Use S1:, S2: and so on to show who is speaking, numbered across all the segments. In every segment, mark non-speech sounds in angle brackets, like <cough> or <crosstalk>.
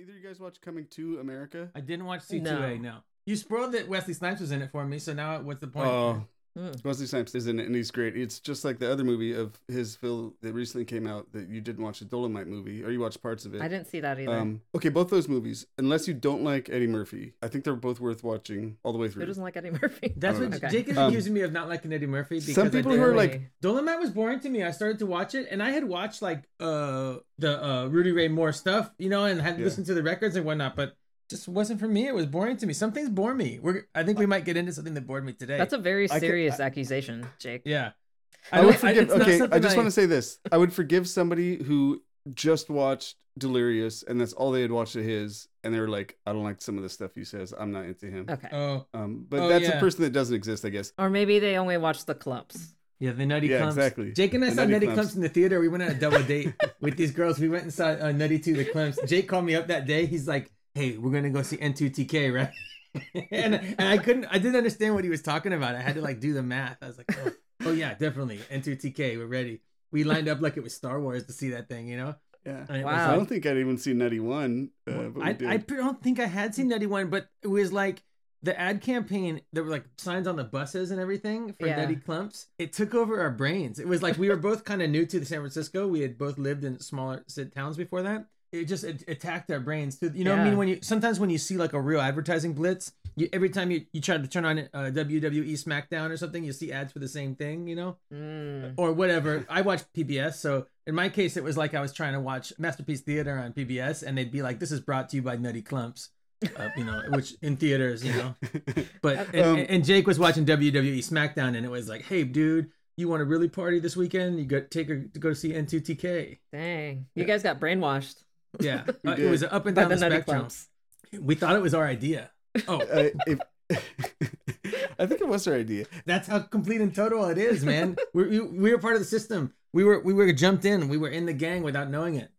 S1: either you guys watch Coming to America?
S2: I didn't watch C2A. No. You spoiled that Wesley Snipes was in it for me, so now what's the point? Hmm.
S1: Oh,
S3: Mm.
S1: Wesley Snipes is in it, and he's great. It's just like the other movie of his Phil that recently came out that you didn't watch the Dolomite movie, or you watched parts of it.
S3: I didn't see that either.
S1: Um, okay, both those movies, unless you don't like Eddie Murphy, I think they're both worth watching all the way
S3: Who
S1: through.
S3: doesn't like Eddie <laughs> Murphy?
S2: That's what
S3: Okay.
S2: Jake is
S1: Um,
S2: accusing me of not liking Eddie Murphy because
S1: some
S2: I
S1: people
S2: didn't
S1: who are
S2: like-
S1: like-
S3: Really.
S2: Dolomite was boring to me. I started to watch it, and I had watched like uh the uh Rudy Ray Moore stuff, you know, and had
S1: Yeah.
S2: listened to the records and whatnot, but just wasn't for me. It was boring to me. Some things bore me. We're I think we might get into something that bored me today.
S3: that's a very
S1: I could-
S3: serious accusation, Jake.
S2: yeah.
S1: I, would
S2: don't-
S1: Oh, forgive.
S2: it's not
S1: okay, I
S2: something
S1: just want to say this. I would forgive somebody who just watched Delirious, and that's all they had watched of his, and they were like, "I don't like some of the stuff he says. I'm not into him."
S3: Okay.
S2: Oh
S1: Um, but
S2: Oh,
S1: that's
S2: yeah.
S1: a person that doesn't exist, I guess.
S3: Or maybe they only watch the clubs.
S2: yeah, the Nutty
S1: Yeah,
S2: Clumps.
S1: exactly.
S2: Jake and I
S1: The
S2: saw Nutty,
S1: Nutty
S2: Clumps.
S1: Clumps.
S2: in the theater. We went on a double date <laughs> with these girls. We went and saw uh, Nutty Two the Clumps. Jake called me up that day. He's like, "Hey, we're gonna go see N2TK, right?" <laughs> and, and I couldn't. I didn't understand what he was talking about. I had to like do the math. I was like, "Oh, oh yeah, definitely N2TK. We're ready." We lined up like it was Star Wars to see that thing, you know.
S1: Yeah.
S2: And it was
S3: Wow.
S1: I don't think I'd even seen Nutty One. Uh, but we
S2: Um, I,
S1: did.
S2: I pr- don't think I had seen Nutty One, but it was like the ad campaign. There were like signs on the buses and everything for
S3: Yeah.
S2: Nutty Clumps. It took over our brains. It was like we were both kind of new to the San Francisco. We had both lived in smaller ci- towns before that. It just it attacked our brains. To, you know what I
S3: Yeah.
S2: mean? When you sometimes when you see like a real advertising blitz, you, every time you, you try to turn on uh, WWE SmackDown or something, you see ads for the same thing. You know
S3: Mm.
S2: or whatever. I watched PBS, so in my case, it was like I was trying to watch Masterpiece Theater on PBS, and they'd be like, "This is brought to you by Nutty Clumps," uh, you know, which in theaters, you know. But and,
S1: Um,
S2: and- and Jake was watching WWE SmackDown, and it was like, "Hey, dude, you want to really party this weekend? You got take her to go see N2TK."
S3: Dang. You guys got brainwashed
S2: Yeah,
S1: We
S2: Uh, it
S1: did.
S2: was up and
S3: by
S2: down
S3: the
S2: the,
S3: Nutty
S2: spectrum.
S3: Clubs.
S2: We thought it was our idea.
S1: <laughs>
S2: Oh,
S1: Uh, if- I think it was her idea.
S2: That's how complete and total it is, man. we, we we were part of the system. We were we were jumped in. We were in the gang without knowing it.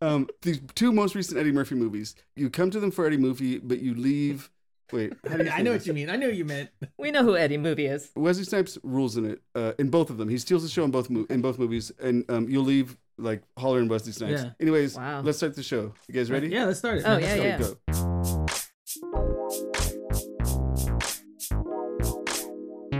S1: Um, these two most recent Eddie Murphy movies. You come to them for Eddie Murphy, but you leave. Wait, how do you
S2: <laughs> I
S1: say
S2: know
S1: this?
S2: what you mean. I know what you meant.
S3: We know who Eddie Movie is.
S1: Wesley Snipes rules in it uh, in both of them. He steals the show in both mo- in both movies, and um, you'll leave like hollering Wesley Snipes.
S2: Yeah.
S1: Anyways,
S3: Wow.
S1: let's start the show. You guys ready?
S2: Yeah, let's start it.
S3: Oh,
S2: man.
S3: yeah,
S2: Let's
S1: Okay,
S2: go.
S1: go.
S3: yeah.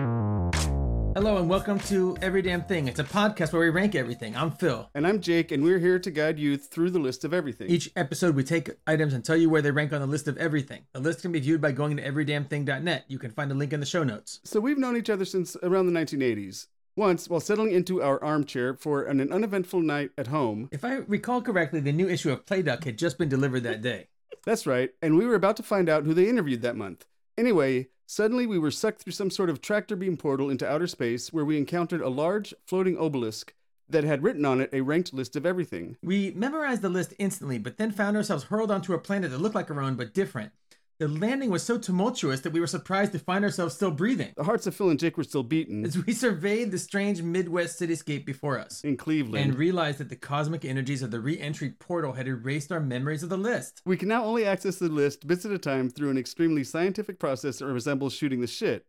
S2: Hello and welcome to Every Damn Thing. It's a podcast where we rank everything. I'm Phil.
S1: And I'm Jake, and we're here to guide you through the list of everything.
S2: Each episode, we take items and tell you where they rank on the list of everything. The list can be viewed by going to everydamnthing.net. You can find a link in the show notes.
S1: so we've known each other since around the 1980s. Once, while settling into our armchair for an uneventful night at home,
S2: If I recall correctly, the new issue of Playduck had just been delivered that day.
S1: That's right, and we were about to find out who they interviewed that month. Anyway, suddenly we were sucked through some sort of tractor beam portal into outer space where we encountered a large floating obelisk that had written on it a ranked list of everything.
S2: We memorized the list instantly, but then found ourselves hurled onto a planet that looked like our own but different. The landing was so tumultuous that we were surprised to find ourselves still breathing
S1: The hearts of Phil and Jake were still beaten
S2: as we surveyed the strange Midwest cityscape before us.
S1: in Cleveland.
S2: and realized that the cosmic energies of the re-entry portal had erased our memories of the list.
S1: we can now only access the list bits at a time through an extremely scientific process that resembles shooting the shit.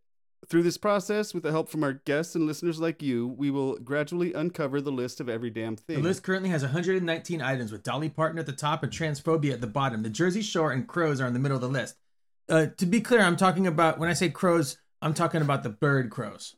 S1: Through this process, with the help from our guests and listeners like you, we will gradually uncover the list of every damn
S2: The
S1: thing.
S2: list currently has 119 items, with Dolly Parton at the top and transphobia at the bottom. The Jersey Shore and crows are in the middle of the list. Uh, to be clear, I'm talking about when I say crows, I'm talking about the bird crows.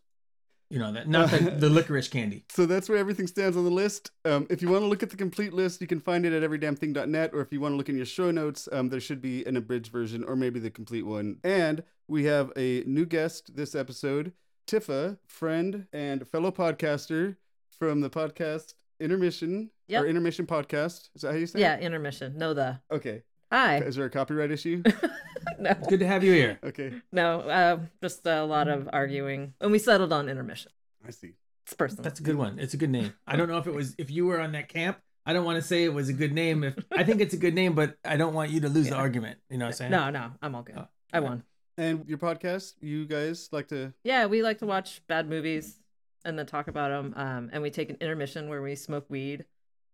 S2: You know that,
S3: <laughs>
S2: not the, the licorice candy.
S1: So that's where everything stands on the list. Um, if you want to look at the complete list, you can find it at everydamnthing.net, or if you want to look in your show notes, um, there should be an abridged version or maybe the complete one. And we have a new guest this episode, Tifa, friend and fellow podcaster from the podcast Intermission
S3: Yep.
S1: or Intermission Podcast. Is that how you say?
S3: Yeah,
S1: It?
S3: intermission. No, the.
S1: Okay.
S3: Hi.
S1: Is there a copyright issue?
S3: <laughs> no,
S2: Good to have you here.
S1: okay.
S3: no uh, just a lot of arguing. And we settled on intermission.
S1: I see.
S3: It's personal.
S2: That's a good one. It's a good name. I don't know if it was if you were on that camp. I don't want to say it was a good name. If I think it's a good name, but I don't want you to lose the
S3: Yeah.
S2: argument. You know what I'm saying?
S3: no, no, I'm all good.
S2: Oh,
S3: I won.
S1: And your podcast, you guys like to
S3: Yeah, we like to watch bad movies and then talk about them. Um, and we take an intermission where we smoke weed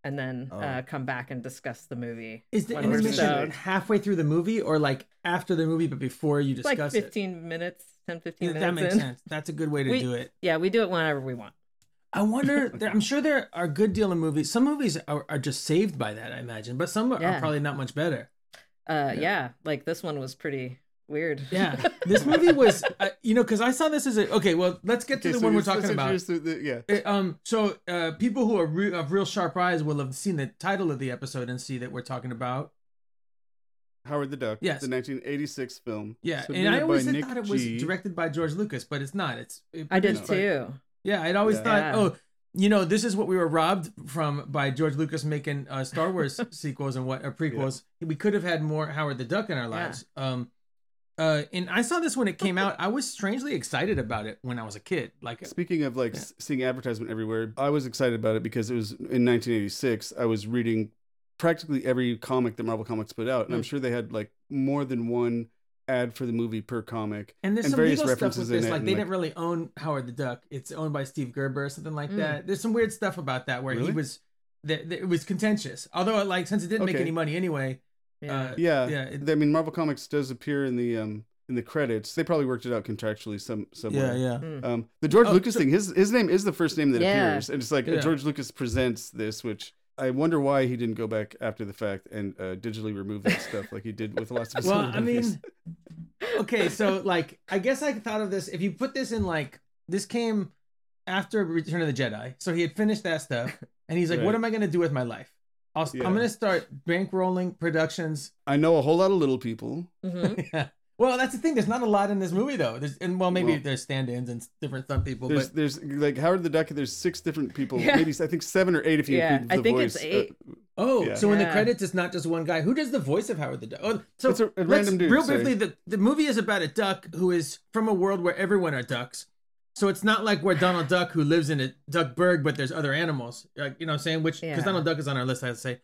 S3: and then
S1: Oh.
S3: uh, come back and discuss the movie.
S2: Is the
S3: when we're
S1: intermission
S3: stoned.
S2: halfway through the movie or like after the movie but before you
S3: It's like
S2: discuss it?
S3: 15 minutes, 10, 15
S2: Th-
S3: minutes.
S2: that makes
S3: in. <laughs>
S2: sense. That's a good way to
S3: We-
S2: do it.
S3: Yeah, we do it whenever we want.
S1: <laughs>
S2: I wonder. There, I'm sure there are a good deal of movies. Some movies are, are just saved by that, I imagine, but some are-
S3: Yeah.
S2: are probably not much better.
S3: Uh, yeah. like this one was pretty weird. <laughs>
S2: Yeah, this movie was, <laughs> uh, you know, because I saw this as a okay. Well, let's get to the
S1: so
S2: one we're
S1: let's- let's
S2: talking about.
S1: introduce the- the- yeah.
S2: Uh, um, so uh, people who are re- of real sharp eyes will have seen the title of the episode and see that we're talking about.
S1: Howard the Duck.
S2: Yes.
S1: The 1986 film.
S2: Yeah, and
S1: submitted
S2: I
S1: by
S2: always had
S1: Nick
S2: thought it was
S1: G.
S2: directed by George Lucas, but it's not. It's it
S3: I did
S2: produced by-
S3: too.
S2: Yeah, I'd always
S1: Yeah.
S2: thought,
S3: Yeah.
S2: oh, you know, this is what we were robbed from by George Lucas making uh, Star
S3: <laughs>
S2: Wars sequels and what or prequels. We could have had more Howard the Duck in our lives. Um, uh, and I saw this when it came out. I was strangely excited about it when I was a kid. Like,
S1: Speaking of like s- seeing advertisement everywhere, I was excited about it because it was in 1986. I was reading practically every comic that Marvel Comics put out, and I'm
S2: Mm.
S1: sure they had like more than one ad for the movie per comic.
S2: and there's
S1: and
S2: some
S1: various
S2: legal stuff with
S1: references in
S2: this.
S1: it
S2: Like,
S1: and,
S2: they
S1: like-
S2: didn't really own Howard the Duck. It's owned by Steve Gerber or something like
S3: Mm.
S2: that. There's some weird stuff about that where he
S1: Really?
S2: was that, that it was contentious. Although, like, since it didn't make
S1: Okay.
S2: any money anyway,
S3: Yeah.
S2: uh,
S1: Yeah,
S2: yeah, it-
S1: I mean, Marvel Comics does appear in the um in the credits. They probably worked it out contractually some somewhere.
S2: yeah.
S3: Mm.
S1: Um, the George
S2: Oh,
S1: Lucas
S2: so-
S1: thing, his his name is the first name that
S3: Yeah.
S1: appears, and it's like uh,
S2: Yeah.
S1: George Lucas presents this, which I wonder why he didn't go back after the fact and uh, digitally remove that stuff like he did with lots of his
S2: <laughs> well
S1: other
S2: i
S1: movies. <laughs>
S2: mean okay so like i guess i thought of this if you put this in like this came after return of the jedi so he had finished that stuff and he's like what
S1: Right.
S2: am i going to do with my life I'll,
S1: Yeah.
S2: i'm going to start bankrolling productions <laughs>
S1: I know a whole lot of little people.
S3: Mhm.
S2: well that's the thing there's not a lot in this movie though there's and well maybe
S1: Well-
S2: there's stand-ins and different stuff people
S1: There's,
S2: but
S1: there's like Howard the Duck. There's six different people.
S3: Yeah.
S1: Maybe I think seven or eight if you
S3: Yeah,
S1: include the
S3: I think
S1: voice. Uh,
S3: it's eight.
S2: oh
S1: Yeah.
S2: so in the
S3: Yeah.
S2: credits it's not just one guy who does the voice of howard the duck oh so
S1: It's a- a
S2: let's-
S1: random dude,
S2: real
S1: sorry.
S2: briefly the, the movie is about a duck who is from a world where everyone are ducks so it's not like where donald duck who lives in a duck burg but there's other animals like you know what i'm saying which because
S3: Yeah.
S2: donald duck is on our list i'd say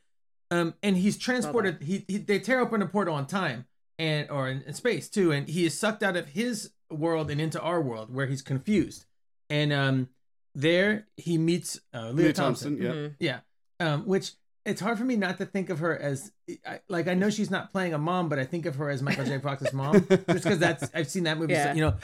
S2: um and he's transported he, he they tear open a portal on time and or in, in space too and he is sucked out of his world and into our world where he's confused and um there he meets uh, leah
S1: Leah
S2: thompson.
S1: Thompson. Yeah.
S3: Mhm.
S2: Yeah. Um, which it's hard for me not to think of her as e, I, like I know she's not playing a mom, but I think of her as Michael J. Fox's mom Mm-hmm. just because
S3: <laughs>
S2: that's I've seen that movie, so-
S3: Yeah.
S2: you know.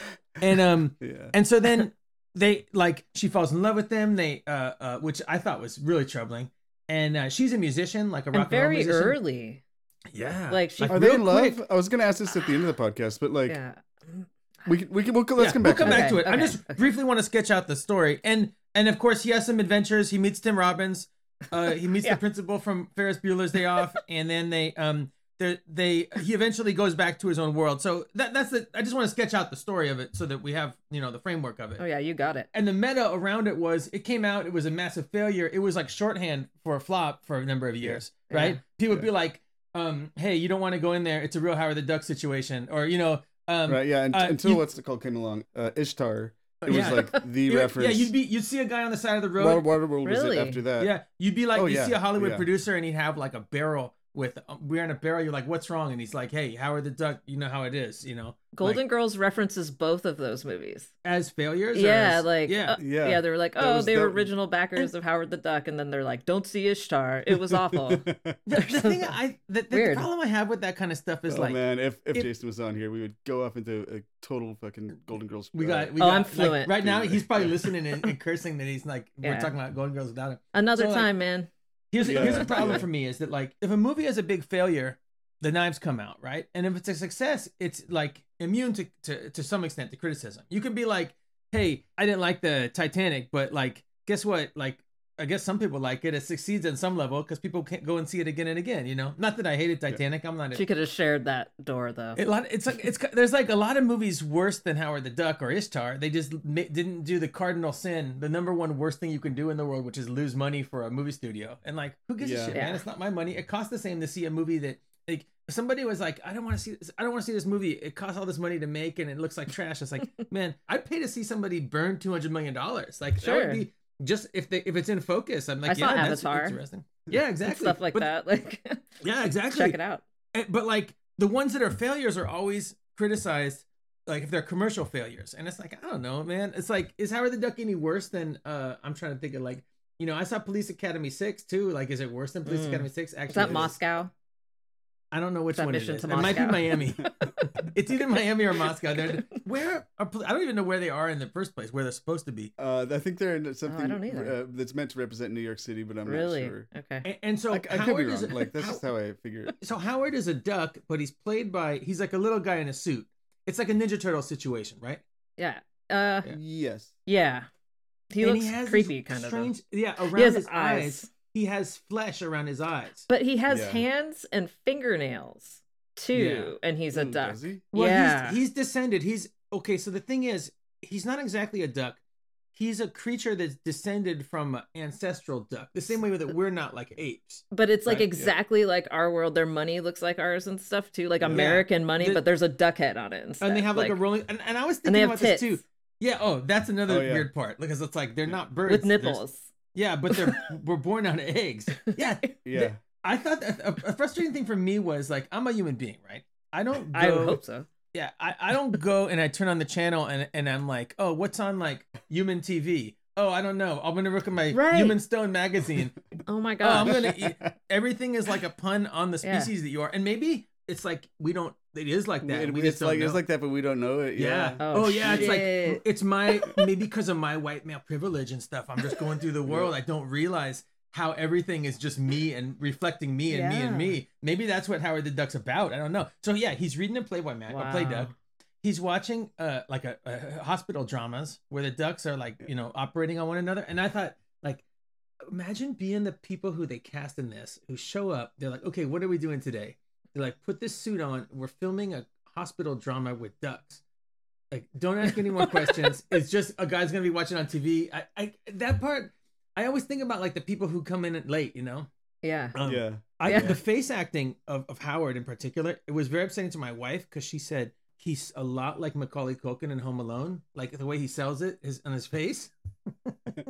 S2: And um,
S1: <laughs> Yeah.
S2: and so then they like she falls in love with them. They uh, uh which I thought was really troubling. And uh, she's a musician, like a rock and,
S3: And
S2: roll
S3: very
S2: musician.
S3: early.
S2: Yeah.
S3: Like she
S1: Are they
S2: real
S1: in love?
S2: quick.
S1: I was gonna ask this at the end of the podcast, but like
S3: yeah.
S1: we can, we can we'll, let's
S2: Yeah,
S1: come back.
S2: We'll come
S1: to
S2: back to
S3: Okay,
S2: it. I
S3: okay,
S2: just
S3: okay.
S2: briefly want to sketch out the story, and and of course he has some adventures. He meets Tim Robbins. Uh, he
S3: <laughs>
S2: meets
S3: Yeah.
S2: the principal from Ferris Bueller's Day Off, and then they um they they he eventually goes back to his own world. So that that's the I just want to sketch out the story of it so that we have you know the framework of it.
S3: Oh yeah, you got it.
S2: And the meta around it was it came out, it was a massive failure. It was like shorthand for a flop for a number of years,
S3: Yeah.
S2: right?
S3: Yeah.
S2: People would
S1: Yeah.
S2: be like, um, hey, you don't want to go in there. It's a real Howard the Duck situation, or you know, um,
S1: Right? Yeah. And,
S2: uh,
S1: until
S2: you-
S1: what's it called came along, uh, Ishtar. It was
S2: yeah. <laughs>
S1: like the
S2: You-
S1: reference.
S2: Yeah, you'd be you'd see a guy on the side of the road.
S1: Water, Waterworld was
S3: Really?
S1: it after that?
S2: yeah, you'd be like
S1: Oh,
S2: you
S1: yeah,
S2: see a Hollywood
S1: yeah.
S2: producer and he'd have like a barrel with wearing a barrel. You're like, what's wrong? And he's like, hey, Howard the Duck, you know how it is, you know.
S3: Golden
S2: Like,
S3: Girls references both of those movies.
S2: as failures. or
S3: Yeah,
S2: as-
S3: like
S2: yeah.
S3: uh, yeah.
S1: Yeah.
S3: they were like,
S1: That
S3: oh,
S1: was-
S3: they
S1: that
S3: were
S1: was-
S3: original backers of Howard the Duck, and then they're like, don't see Ishtar. It
S1: <laughs>
S3: was awful.
S2: the, the thing I the, the
S3: Weird.
S2: problem I have with that kind of stuff is
S1: oh
S2: like
S1: man, if if
S2: it-
S1: Jason was on here, we would go off into a total fucking Golden Girls.
S2: we
S1: uh,
S2: got we
S3: Oh,
S2: got,
S3: I'm
S2: like,
S3: fluent.
S2: right now,
S1: Yeah.
S2: he's
S1: <laughs>
S2: probably listening and, and cursing that he's like we're
S3: Yeah.
S2: talking about Golden Girls without him.
S3: Another
S2: So, like,
S3: time, man.
S2: Here's here's
S1: Yeah,
S2: the problem
S1: yeah.
S2: for me is that like if a movie is a big failure, the knives come out, right? And if it's a success, it's like immune to to, to some extent to criticism. You can be like, hey, I didn't like the Titanic, but like guess what? Like I guess some people like it. It succeeds on some level because people can't go and see it again and again. You know, not that I hated Titanic. I'm not.
S3: She could have shared that door though.
S2: A lot. It's like it's there's like a lot of movies worse than Howard the Duck or Ishtar. They just ma- didn't do the cardinal sin, the number one worst thing you can do in the world, which is lose money for a movie studio. And like, who gives a
S1: Yeah.
S2: shit,
S3: Yeah.
S2: man? It's not my money. It costs the same to see a movie that like somebody was like, I don't want to see this. I don't want to see this movie. It costs all this money to make, and it looks like trash. It's like, <laughs> man, I'd pay to see somebody burn two hundred million dollars. Like that
S3: Sure.
S2: would be just if they if it's in focus. I'm like,
S3: I
S2: yeah,
S3: saw
S2: that's
S3: Avatar.
S2: interesting. Yeah, exactly.
S3: Stuff like
S2: But-
S3: that. <laughs> Like
S2: Yeah, exactly.
S3: check it out.
S2: And- but like the ones that are
S1: Hmm.
S2: failures are always criticized like if they're commercial failures and it's like i don't know man it's like is howard the duck any worse than uh i'm trying to think of like
S1: Hmm.
S2: you know i saw police academy 6 too like is it worse than police
S3: Mm.
S2: academy 6 actually
S3: Is that
S2: it
S3: Moscow?
S2: I don't know which
S3: That
S2: one it
S3: mission
S2: is.
S3: to
S2: It might be
S3: Moscow. <laughs>
S2: Miami. it's either Miami or Moscow. They're where are, pol- I don't even know where they are in the first place. Where they're supposed to be.
S1: Uh, I think they're in something
S3: Oh, don't either.
S1: Uh, that's meant to represent New York City, but I'm
S3: really?
S1: not sure.
S3: Okay.
S2: And, and so
S1: I, I could be
S2: Howard is
S1: wrong.
S2: a-
S1: Like that's
S2: How-
S1: just how I figure it.
S2: so Howard is a duck, but he's played by he's like a little guy in a suit. It's like a Ninja Turtle situation, right?
S3: Yeah. Uh,
S2: Yeah.
S1: Yes.
S3: yeah. He
S2: And
S3: looks
S2: has
S3: creepy,
S2: these
S3: kind of. though.
S2: strange, Yeah, around
S3: He has
S2: his eyes.
S3: eyes,
S2: he has flesh around his eyes.
S3: but he has
S1: Yeah.
S3: hands and fingernails too, and he's a
S1: Mm,
S3: duck.
S1: does he?
S2: Well,
S3: yeah.
S2: he's, he's descended. He's okay. So the thing is, he's not exactly a duck. He's a creature that's descended from an ancestral duck. The same way that we're not like apes.
S3: <laughs> But it's like
S2: Right, yeah.
S3: exactly like our world. Their money looks like ours and stuff too, like
S2: Yeah.
S3: American money.
S2: The-
S3: but there's a duck head on it, instead.
S2: And they have like, a rolling. And, and I was
S3: and they
S2: thinking
S3: have
S2: about
S3: tits
S2: this too. Yeah. Oh, that's another
S1: Oh, yeah.
S2: weird part because it's like they're not birds
S3: with
S2: they're-
S3: nipples.
S2: <laughs> yeah, but
S3: <laughs>
S2: they're we're born out of eggs. Yeah.
S1: Yeah.
S2: I thought that a, a frustrating thing for me was like I'm a human being, right? I don't. Go,
S3: I would hope so.
S2: Yeah, I, I don't go and I turn on the channel and, and I'm like, oh, what's on like human TV? Oh, I don't know. I'm gonna look at my
S3: Right.
S2: Human Stone
S3: <laughs>
S2: magazine.
S3: Oh my
S2: oh, I'm
S3: gosh.
S2: gonna eat. Everything is like a pun on the
S3: Yeah.
S2: species that you are, and maybe it's like we don't. It is like that.
S1: It-
S2: and we
S1: it's
S2: just don't
S1: like
S2: know.
S1: it's like that, but we don't know it.
S2: yeah.
S1: Yeah.
S3: Oh,
S2: Oh, yeah. It's
S3: shit.
S2: like it's my maybe because of my white male privilege and stuff. I'm just going through
S1: <laughs>
S2: the world. I don't realize how everything is just me and reflecting me and me and
S3: Yeah.
S2: me. Maybe that's what Howard the Duck's about. I don't know. So yeah, he's reading a Playboy mag, a Play
S3: Wow.
S2: Duck. He's watching uh like a, a hospital dramas where the ducks are like you know operating on one another. And I thought like imagine being the people who they cast in this who show up they're like okay what are we doing today they're like put this suit on we're filming a hospital drama with ducks like don't ask any more questions it's just a guy's gonna be watching on tv i, I that part i always think about like the people who come in late you know
S3: yeah.
S2: um,
S1: yeah.
S2: I,
S3: Yeah.
S2: the face acting of, of howard in particular it was very upsetting to my wife because she said he's a lot like macaulay culkin in home alone like the way he sells it is on his face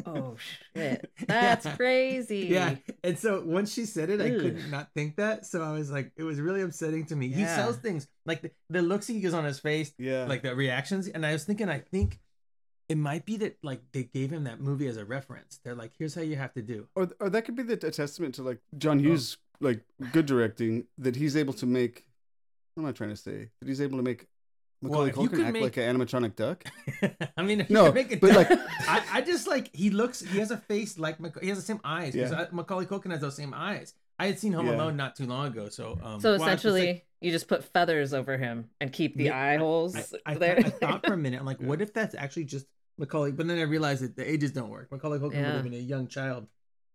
S3: Oh shit. That's
S2: <laughs> Yeah.
S3: crazy.
S2: Yeah. And so once she said it, I
S3: Ew.
S2: could not think that. So I was like, it was really upsetting to me. He
S3: Yeah.
S2: sells things like the, the looks he gives on his face,
S1: Yeah.
S2: like the reactions. And I was thinking, I think it might be that like they gave him that movie as a reference. They're like, here's how you have to do. <laughs>
S1: or or that could be the, a testament to like
S2: Oh.
S1: John Hughes, like good directing that he's able to make. What am I trying to say? That he's able to make
S2: Well,
S1: Macaulay
S2: if you
S1: Culkin
S2: could
S1: act
S2: make-
S1: like an animatronic
S2: <laughs>
S1: duck.
S2: I mean, <laughs> if
S1: No,
S2: you make it
S1: but,
S2: dark-
S1: like-
S2: I, I just like he looks. He has a face like Maca- he has the same eyes. 'cause
S1: Yeah.
S2: I- Macaulay Culkin has those same eyes. I had seen Home
S1: Yeah.
S2: Alone not too long ago, so um,
S3: So
S2: well, I have to say-
S3: essentially, you just put feathers over him and keep the
S2: Yeah,
S3: eye holes
S2: I, I,
S3: there.
S2: thought, I
S3: <laughs>
S2: thought for a minute, I'm <laughs> like, what if that's actually just Macaulay? But then I realized that the ages don't work. Macaulay Culkin would
S3: Yeah.
S2: have been a young child.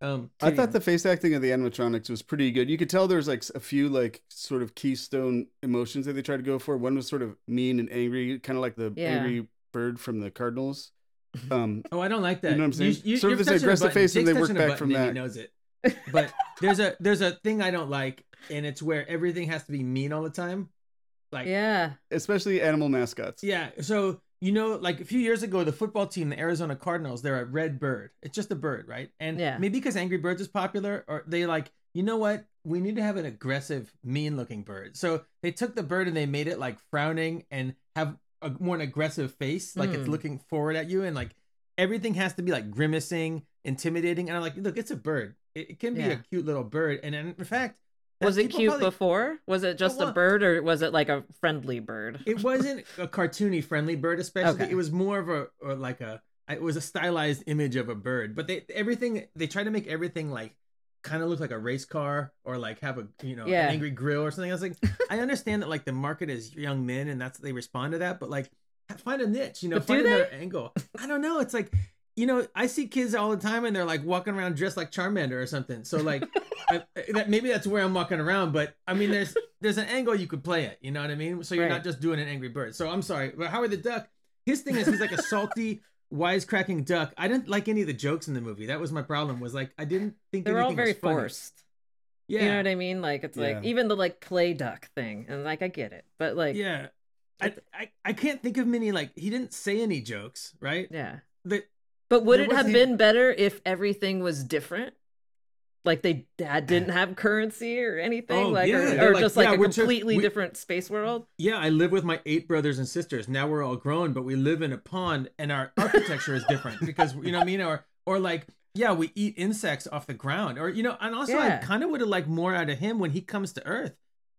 S2: Um,
S1: I thought the face acting of the animatronics was pretty good. You could tell there's like s- a few like sort of keystone emotions that they tried to go for. One was sort of mean and angry, kind of like the
S3: Yeah.
S1: angry bird from the
S2: <laughs>
S1: Cardinals. Um,
S2: oh, I don't like that.
S1: know what I'm saying? Sort of
S2: you're
S1: this
S2: touching a
S1: aggressive
S2: button.
S1: face and
S2: Jake's
S1: they work
S2: touching a
S1: back
S2: button
S1: from
S2: and He
S1: that.
S2: knows it, but there's a there's a thing I don't like, and it's where everything has to be mean all the time. Like
S3: yeah.
S1: especially animal mascots.
S2: Yeah. So you know, like a few years ago, the football team, the Arizona Cardinals, they're a red bird. It's just a bird, right? And
S3: Yeah.
S2: maybe because Angry Birds is popular, or they like, you know what? We need to have an aggressive, mean-looking bird. So they took the bird and they made it like frowning and have a more an aggressive face, like it's
S3: Hmm.
S2: looking forward at you, and like everything has to be like grimacing, intimidating. And I'm like, look, it's a bird. It, it can be a
S3: Yeah.
S2: cute little bird. And in fact, that
S3: Was it
S2: people
S3: cute
S2: probably-
S3: before? Was it just a
S2: wa-
S3: bird or was it like a friendly bird?
S2: it wasn't a cartoony friendly bird especially
S3: Okay.
S2: it was more of a or like a it was a stylized image of a bird but they everything they try to make everything like kind of look like a race car or like have a you know
S3: Yeah.
S2: an angry grill or something i was
S3: <laughs>
S2: like i understand that like the market is young men and that's they respond to that but like find a niche you know
S3: But do
S2: find
S3: they?
S2: another angle i
S3: <laughs>
S2: don't know it's like you know i see kids all the time and they're like walking around dressed like charmander or something so like I, that maybe that's where I'm walking around, but I mean,
S3: <laughs>
S2: there's there's an angle you could play it. You know what I mean? So you're
S3: Right.
S2: not just doing an Angry Bird. So I'm sorry, but Howard the Duck, his thing is he's like a
S3: <laughs>
S2: salty, wisecracking duck. I didn't like any of the jokes in the movie. That was my problem. Was like I didn't think
S3: They're all
S2: anything
S3: very
S2: was funny.
S3: forced.
S2: Yeah,
S3: You know what I mean? Like it's like
S1: Yeah.
S3: even the like play duck thing, and like I get it, but like yeah,
S2: yeah. I, I I can't think of many like he didn't say any jokes, right? The-
S3: But would
S2: There
S3: it have
S2: wasn't
S3: been better if everything was different? Like they had, didn't have currency or anything,
S2: Oh,
S3: like
S2: yeah,
S3: or-
S2: they're
S3: or,
S2: like,
S3: just like
S2: yeah,
S3: a
S2: we're just-
S3: completely
S2: we-
S3: different space world.
S2: yeah, I live with my eight brothers and sisters. Now we're all grown, but we live in a pond and our architecture is different because you know what I mean? Or or like, yeah, we eat insects off the ground. Or you know, and also
S3: Yeah.
S2: I kinda would have liked more out of him when he comes to Earth.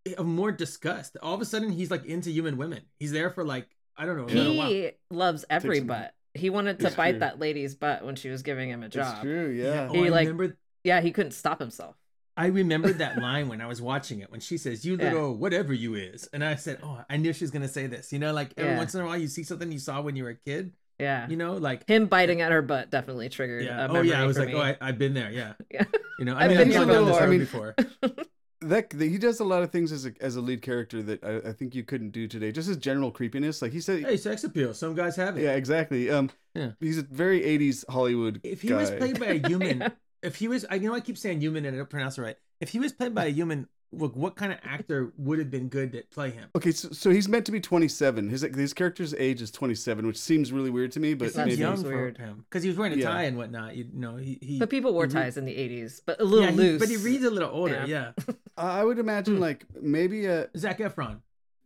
S2: eh, of more disgust. All of a sudden, he's like into human women. He's there for like I don't know. a little while.
S3: He loves every
S1: some-
S3: butt. He wanted to
S1: It's
S3: bite
S1: true.
S3: that lady's butt when she was giving him a
S1: It's
S3: job.
S1: true. Yeah.
S2: Oh,
S3: He,
S2: I
S3: like-
S2: remember.
S3: Yeah, he couldn't stop himself.
S2: I remembered that line when I was watching it when she says, "You
S3: Yeah.
S2: little whatever you is," and I said, "Oh, I knew she was gonna say this." You know, like every
S3: Yeah.
S2: once in a while you see something you saw when you were a kid.
S3: Yeah.
S2: You know, like
S3: Him biting at her butt definitely triggered.
S2: yeah,
S3: a
S2: oh yeah,
S3: memory
S2: I was
S3: for
S2: like,
S3: me.
S2: oh, I, I've been there. Yeah,
S3: <laughs> Yeah.
S2: You know, I
S3: I've
S2: mean,
S1: been
S2: I've
S1: here
S2: gone down this
S1: before. I
S2: road
S1: mean-
S2: before.
S3: <laughs>
S1: That he does a lot of things as a as a lead character that I, I think you couldn't do today. Just his general creepiness. Like he said.
S2: Hey, sex appeal. Some guys have it.
S1: Yeah. Exactly. Um.
S2: Yeah.
S1: He's a very '80s Hollywood.
S2: If he was
S1: guy.
S2: played by
S1: <laughs>
S2: a human,
S3: Yeah.
S2: if he was, I know I keep saying human and I don't pronounce it right. If he was played by a human, look, what kind of actor would have been good to play him?
S1: Okay, so, so he's meant to be 27. His his character's age is 27, which seems really weird to me, but
S3: It's not
S2: He's
S1: maybe
S2: young
S3: It's
S2: for
S3: weird.
S2: him because he was wearing a
S1: Yeah.
S2: tie and whatnot. You know, he, he
S3: but people wore
S2: he re-
S3: ties in the 80s, but a little
S2: Mm-hmm. yeah, he-
S3: loose.
S2: but he reads a little older. Yeah,
S1: I I would imagine
S2: Hmm.
S1: like maybe uh,
S2: Zac Efron.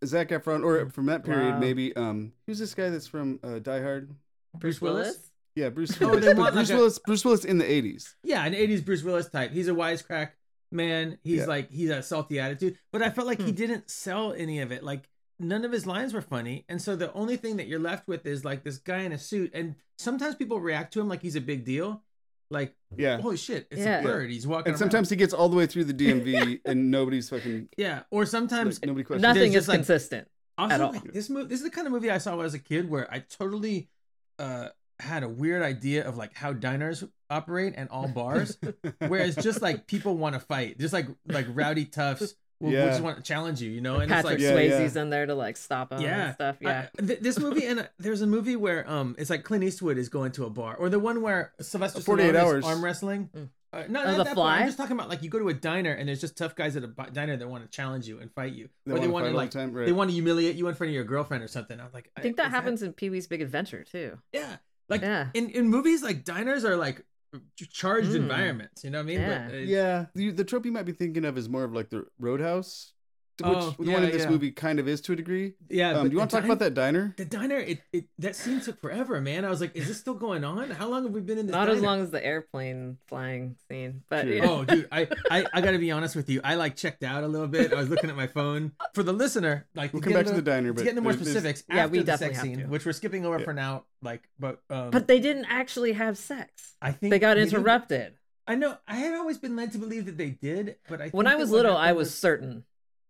S1: Zac Efron
S2: Hmm.
S1: or from that period
S3: Wow.
S1: maybe um who's this guy that's from uh, Die Hard?
S2: Bruce Willis?
S1: Yeah, Bruce
S2: Oh,
S1: Willis.
S2: they
S1: But
S2: want,
S1: Bruce
S2: like, a-
S1: Willis. Bruce Willis in the 80s.
S2: Yeah, an '80s Bruce Willis type. He's a wisecrack man. He's
S1: Yeah.
S2: like he's a salty attitude, but I felt like he
S3: Hmm.
S2: didn't sell any of it. Like none of his lines were funny, and so the only thing that you're left with is like this guy in a suit. And sometimes people react to him like he's a big deal, like
S1: Yeah.
S2: holy shit, it's
S3: Yeah.
S2: a bird. He's walking.
S1: And
S2: around."
S1: sometimes he gets all the way through the DMV and nobody's fucking
S2: yeah, or sometimes
S1: like, nobody questions.
S2: There's
S3: Nothing is
S2: just, like-
S3: consistent.
S2: also
S3: at all.
S2: like, this movie. This is the kind of movie I saw when I was a kid, where I totally uh had a weird idea of like how diners operate and all bars.
S1: <laughs>
S2: Whereas just like people want to fight, just like like rowdy toughs will, will
S1: Yeah.
S2: just want to challenge you, you know. And
S3: Patrick
S2: it's
S1: Yeah,
S2: like
S3: Swayze's in there to like stop him
S2: Yeah.
S3: and stuff.
S2: I-
S3: Yeah.
S2: th- this movie and uh, there's a movie where um it's like Clint Eastwood is going to a bar or the one where Sylvester
S1: 48
S2: Stallone
S1: hours.
S2: is arm wrestling.
S3: Mm.
S2: Uh, no,
S3: Oh,
S2: not
S3: The
S2: that far.
S3: Fly?
S2: I'm just talking about like you go to a diner and there's just tough guys at a bu- diner that want to challenge you and fight you, or
S1: wanna
S2: they want
S1: fight
S2: to
S1: all
S2: like
S1: the time, right.
S2: they want to humiliate you in front of your girlfriend or something. I'm like,
S3: I think that
S2: is
S3: happens in Pee Wee's Big Adventure too.
S2: Yeah, like
S3: Yeah.
S2: in in movies like diners are like ch- charged
S3: Mm.
S2: environments. You know what I mean?
S3: Yeah.
S2: uh,
S1: yeah, the, the trope you might be thinking of is more of like the Roadhouse, which
S2: Oh,
S1: the one
S2: yeah,
S1: in this
S2: yeah.
S1: movie kind of is to a degree.
S2: yeah.
S1: Um,
S2: but
S1: do you want
S2: the
S1: to talk about
S2: din-
S1: that diner?
S2: The diner, it, it that scene took forever, man. I was like, is this still going on? How long have we been in this?
S3: Not as
S2: diner?
S3: long as the airplane flying scene, but
S1: True.
S3: yeah.
S2: Oh, dude, I, I I gotta be honest with you. I like checked out a little bit. I was looking at my phone. For the listener, like
S1: We'll
S2: to
S1: come
S2: get
S1: back to
S2: into-
S1: the diner,
S2: to
S1: but
S2: get into more
S1: there's- there's-
S2: specifics.
S3: Yeah,
S2: after
S3: we
S2: the
S3: definitely
S2: sex
S3: have
S2: scene,
S3: to.
S2: which we're skipping over
S1: Yeah.
S2: for now. Like, but um,
S3: but they didn't actually have sex.
S2: I think
S3: They got
S2: we didn't-
S3: interrupted.
S2: I know. I had always been led to believe that they did, but I
S3: When
S2: think
S3: I
S2: that
S3: was
S2: what
S3: little, I
S2: happened
S3: was certain.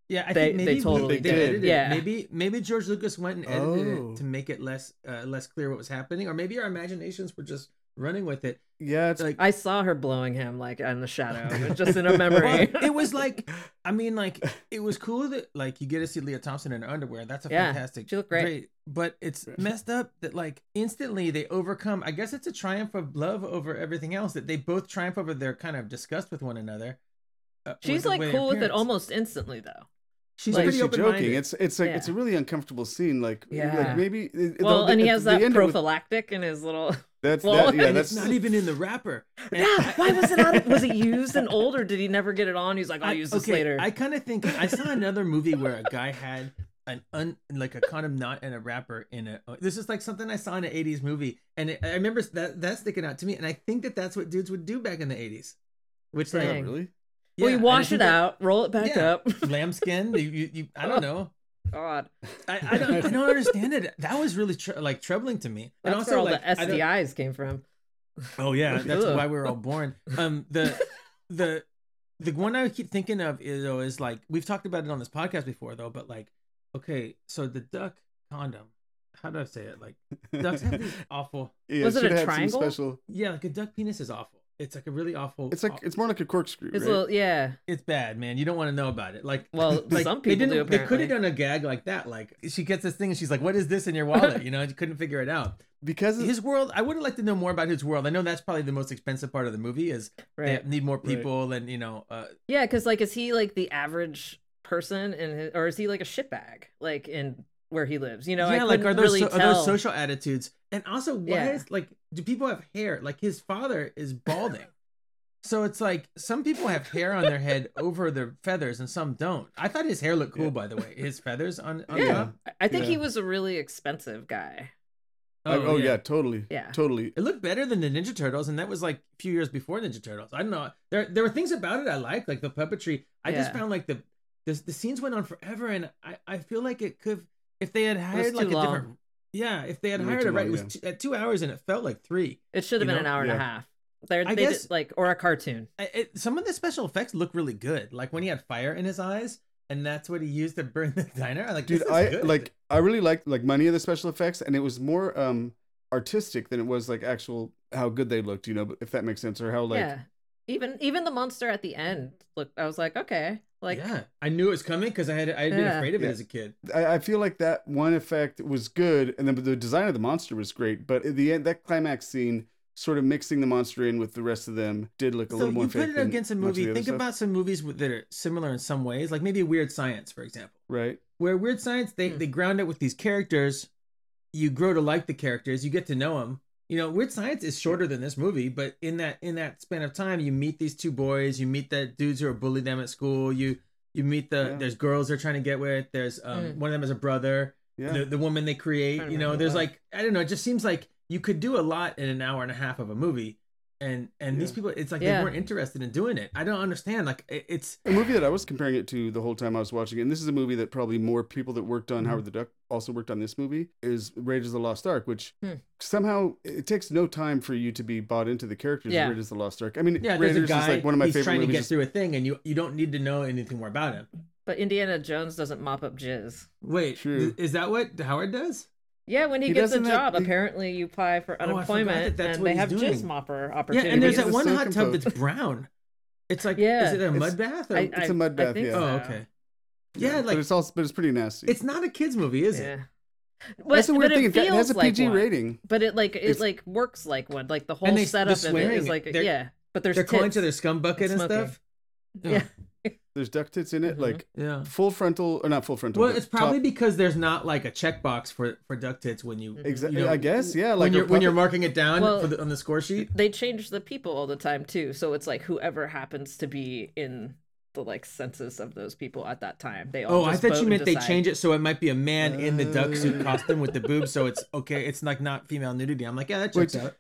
S2: Yeah, I
S3: They-
S2: think
S3: they
S2: maybe
S3: totally
S1: did.
S2: edited it.
S3: Yeah.
S2: Maybe maybe George Lucas went and edited
S1: Oh.
S2: it to make it less uh, less clear what was happening, or maybe our imaginations were just running with it.
S1: Yeah, it's
S2: Like
S3: I saw her blowing him like in
S2: <laughs>
S3: the shadow, just in a <laughs> memory.
S2: But it was like, I
S3: <laughs>
S2: mean, like it was cool that like you get to see Leah Thompson in her underwear. That's a
S3: Yeah,
S2: fantastic.
S3: she looked great.
S2: but it's
S1: Right.
S2: messed up that like instantly they overcome. I guess it's a triumph of love over everything else that they both triumph over their kind of disgust with one another. uh, with
S3: She's
S2: the
S3: like
S2: way
S3: cool with it
S2: appearance.
S3: almost instantly though.
S2: She's
S1: like,
S2: pretty
S1: she
S2: open minded.
S1: joking. It's it's like it's a
S3: Yeah.
S1: really uncomfortable scene. Like,
S3: Yeah.
S1: like maybe it-
S3: Well,
S1: they-
S3: and he
S1: at
S3: has
S1: the
S3: that
S1: end it was-
S3: prophylactic in his
S2: <laughs>
S3: little.
S1: That's
S3: Well,
S1: that, yeah.
S2: and it's
S1: That's
S2: not even in the wrapper. And
S3: Yeah,
S2: I-
S3: why was it out? Of, was it used and old, or did he never get it on? He's like, I'll use this later.
S2: I kind of think I
S3: <laughs>
S2: saw another movie where a guy had an un, like a condom knot and a wrapper in it. This is like something I saw in an '80s movie, and it, I remember that that sticking out to me. And I think that that's what dudes would do back in the '80s.
S1: <laughs>
S2: Which
S1: Oh,
S2: like,
S3: Dang.
S1: really.
S2: yeah,
S3: well, you
S2: and I
S3: wash
S2: think
S3: it
S2: that
S3: out, roll it back
S2: Yeah.
S3: up. <laughs>
S2: Lambskin. You, you, you, I don't know.
S3: God,
S2: I, I don't. I
S3: <laughs>
S2: don't understand it. That was really tr- like troubling to me.
S3: that's
S2: and also
S3: where all
S2: like,
S3: the
S2: I don't-
S3: SDIs came from.
S2: Oh yeah, that's
S3: Ugh.
S2: why we were all born. Um,
S3: <laughs>
S2: the the the one I keep thinking of is though is like we've talked about it on this podcast before though, but like okay, so the duck condom. How do I say it? Like ducks have
S3: <laughs>
S2: these awful.
S1: <laughs> Yeah,
S3: Was it
S1: should have
S3: a
S1: had some
S3: triangle?
S1: Special.
S2: Yeah, like a duck penis is awful. It's like a really awful.
S1: It's like it's more like a corkscrew.
S3: It's
S1: right?
S3: a little, yeah.
S2: it's bad, man. You don't want to know about it. Like
S3: Well,
S2: <laughs> like,
S3: some
S2: they
S3: people
S2: didn't.
S3: do
S2: they could
S3: apparently.
S2: have done a gag like that. Like she gets this thing and she's like, "What is this in your wallet?" You know, and you couldn't figure it
S3: <laughs>
S2: out.
S1: because of-
S2: His world. I would have liked to know more about his world. I know that's probably the most expensive part of the movie is
S3: Right.
S2: they need more
S1: Right.
S2: people and you know uh,
S3: Yeah, because like, is he like the average person, in his, or is he like a shitbag, like in where he lives? You know, I
S2: yeah, like are
S3: couldn't
S2: those,
S3: really
S2: so- are
S3: tell.
S2: those social attitudes? And also, why
S3: Yeah.
S2: is like do people have hair? Like his father is balding, so it's like some people have hair on their <laughs> head over their feathers, and some don't. I thought his hair looked cool,
S1: Yeah.
S2: by the way. His feathers on, on
S3: Yeah.
S2: top.
S3: I- I think he
S1: Yeah.
S3: was a really expensive guy.
S1: Like, oh, yeah. totally.
S3: Yeah.
S1: totally.
S2: It looked better than the Ninja Turtles, and that was like a few years before Ninja Turtles. I don't know. There there were things about it I liked, like the puppetry. I just
S3: Yeah.
S2: found like the this, the scenes went on forever, and I, I feel like it could if they had
S3: was
S2: hired
S3: too
S2: like a
S3: long.
S2: different yeah if they had
S1: Way
S2: hired
S1: too
S2: it right
S1: long,
S2: it was two, at two hours and it felt like three.
S3: It should have
S2: You
S3: been an
S2: know?
S3: hour and
S1: Yeah.
S3: a half. They're,
S2: I
S3: they did-
S2: guess-
S3: like or a cartoon.
S2: I- It, some of the special effects look really good, like when he had fire in his eyes, and that's what he used to burn <laughs> the diner. I'm Like
S1: dude
S2: this is
S1: i
S2: good.
S1: like i really liked like many of the special effects and it was more um artistic than it was like actual how good they looked you know if that makes sense or how like
S3: yeah. Even even the monster at the end looked I was like, okay. Like
S2: yeah, I knew it was coming because I had I had been
S3: Yeah.
S2: afraid of it
S1: Yeah.
S2: as a kid.
S1: I, I feel like that one effect was good and then the design of the monster was great but at the end that climax scene sort of mixing the monster in with the rest of them did look a
S2: So
S1: little more
S2: you put
S1: fake
S2: it
S1: than
S2: against a
S1: much of
S2: movie.
S1: the other
S2: Think
S1: stuff,
S2: about some movies with- that are similar in some ways, like maybe Weird Science, for example,
S1: right
S2: where Weird Science they
S3: Hmm.
S2: they ground it with these characters. You grow to like the characters. You get to know them. You know, Weird Science is shorter than this movie, but in that in that span of time, you meet these two boys. You meet the dudes who are bullied them at school. You you meet the
S1: Yeah.
S2: there's girls they're trying to get with. There's um,
S3: Hmm.
S2: one of them has a brother
S1: yeah
S2: the, the woman they create.
S3: Trying to
S2: You know,
S3: remember
S2: there's
S1: that.
S2: like I don't know. It just seems like you could do a lot in an hour and a half of a movie, and and these
S1: Yeah.
S2: people, it's like
S3: Yeah.
S2: they weren't interested in doing it. I don't understand. Like it, it's
S1: a movie that I was comparing it to the whole time I was watching it, and this is a movie that probably more people that worked on
S2: Mhm.
S1: Howard the Duck also worked on this movie, is Raiders of the Lost Ark, which
S3: Hmm.
S1: somehow it takes no time for you to be bought into the characters
S3: Yeah.
S1: of Raiders of the Lost Ark. I mean,
S2: yeah. There's
S1: Raiders
S2: a guy.
S1: is like one of my
S2: he's
S1: favorite
S2: trying to get
S1: movies.
S2: through a thing, and you you don't need to know anything more about him.
S3: but Indiana Jones doesn't mop up jizz.
S2: Wait,
S1: True.
S2: th- is that what Howard does?
S3: Yeah, when he,
S1: He
S3: gets a
S1: doesn't have-
S3: job,
S1: he-
S3: apparently you apply for
S2: Oh, I forgot that
S3: unemployment
S2: that's
S3: and
S2: what
S3: they
S2: he's
S3: have jizz
S2: doing.
S3: mopper
S2: Yeah,
S3: opportunities.
S2: and there's
S1: Because
S2: that
S1: it's
S2: one
S1: so
S2: hot tub
S1: composed.
S2: that's brown. It's like
S3: Yeah.
S2: is it a
S1: It's-
S2: mud bath? Or,
S3: I- I-
S1: It's a mud
S3: I
S1: bath,
S3: think
S1: yeah.
S3: so.
S2: oh, okay.
S1: Yeah,
S2: Yeah,
S1: but
S2: like
S1: it's also but it's pretty nasty.
S2: it's not a kids movie, is it?
S3: Yeah.
S1: That's
S3: But-
S1: the weird
S3: but
S1: thing.
S3: It,
S1: It, got- it
S3: feels
S1: has a
S3: like
S1: PG
S3: one.
S1: rating.
S3: But it like it
S1: It's-
S3: like works like one. Like the whole
S2: they- the
S3: setup of it
S2: swearing,
S3: is like
S2: they're-
S3: yeah. But there's
S2: They're calling each
S3: tits.
S2: other scum bucket and
S3: smoking.
S2: stuff. Oh,
S3: Yeah.
S1: There's duck tits in it,
S3: Mhm.
S1: like
S2: Yeah.
S1: full frontal or not full frontal.
S2: Mm-hmm. Well,
S1: but
S2: it's probably
S1: top-
S2: because there's not like a checkbox for for duck tits when you
S1: Exa-
S2: you know,
S1: I guess, yeah. Like
S2: when
S1: a
S2: you're when you're
S1: puppet-
S2: marking it down
S3: Well-
S2: for the, on the score sheet.
S3: They change the people all the time too. So it's like whoever happens to be in the like census of those people at that time. They all
S2: Oh, I
S3: just
S2: thought
S3: vote
S2: you
S3: and
S2: meant they
S3: decide.
S2: change it so it might be a man in the duck suit
S1: Uh.
S2: costume with the boobs, so
S3: <laughs>
S2: it's okay. It's like not female nudity. I'm like, yeah, that
S1: Wait,
S2: checks out.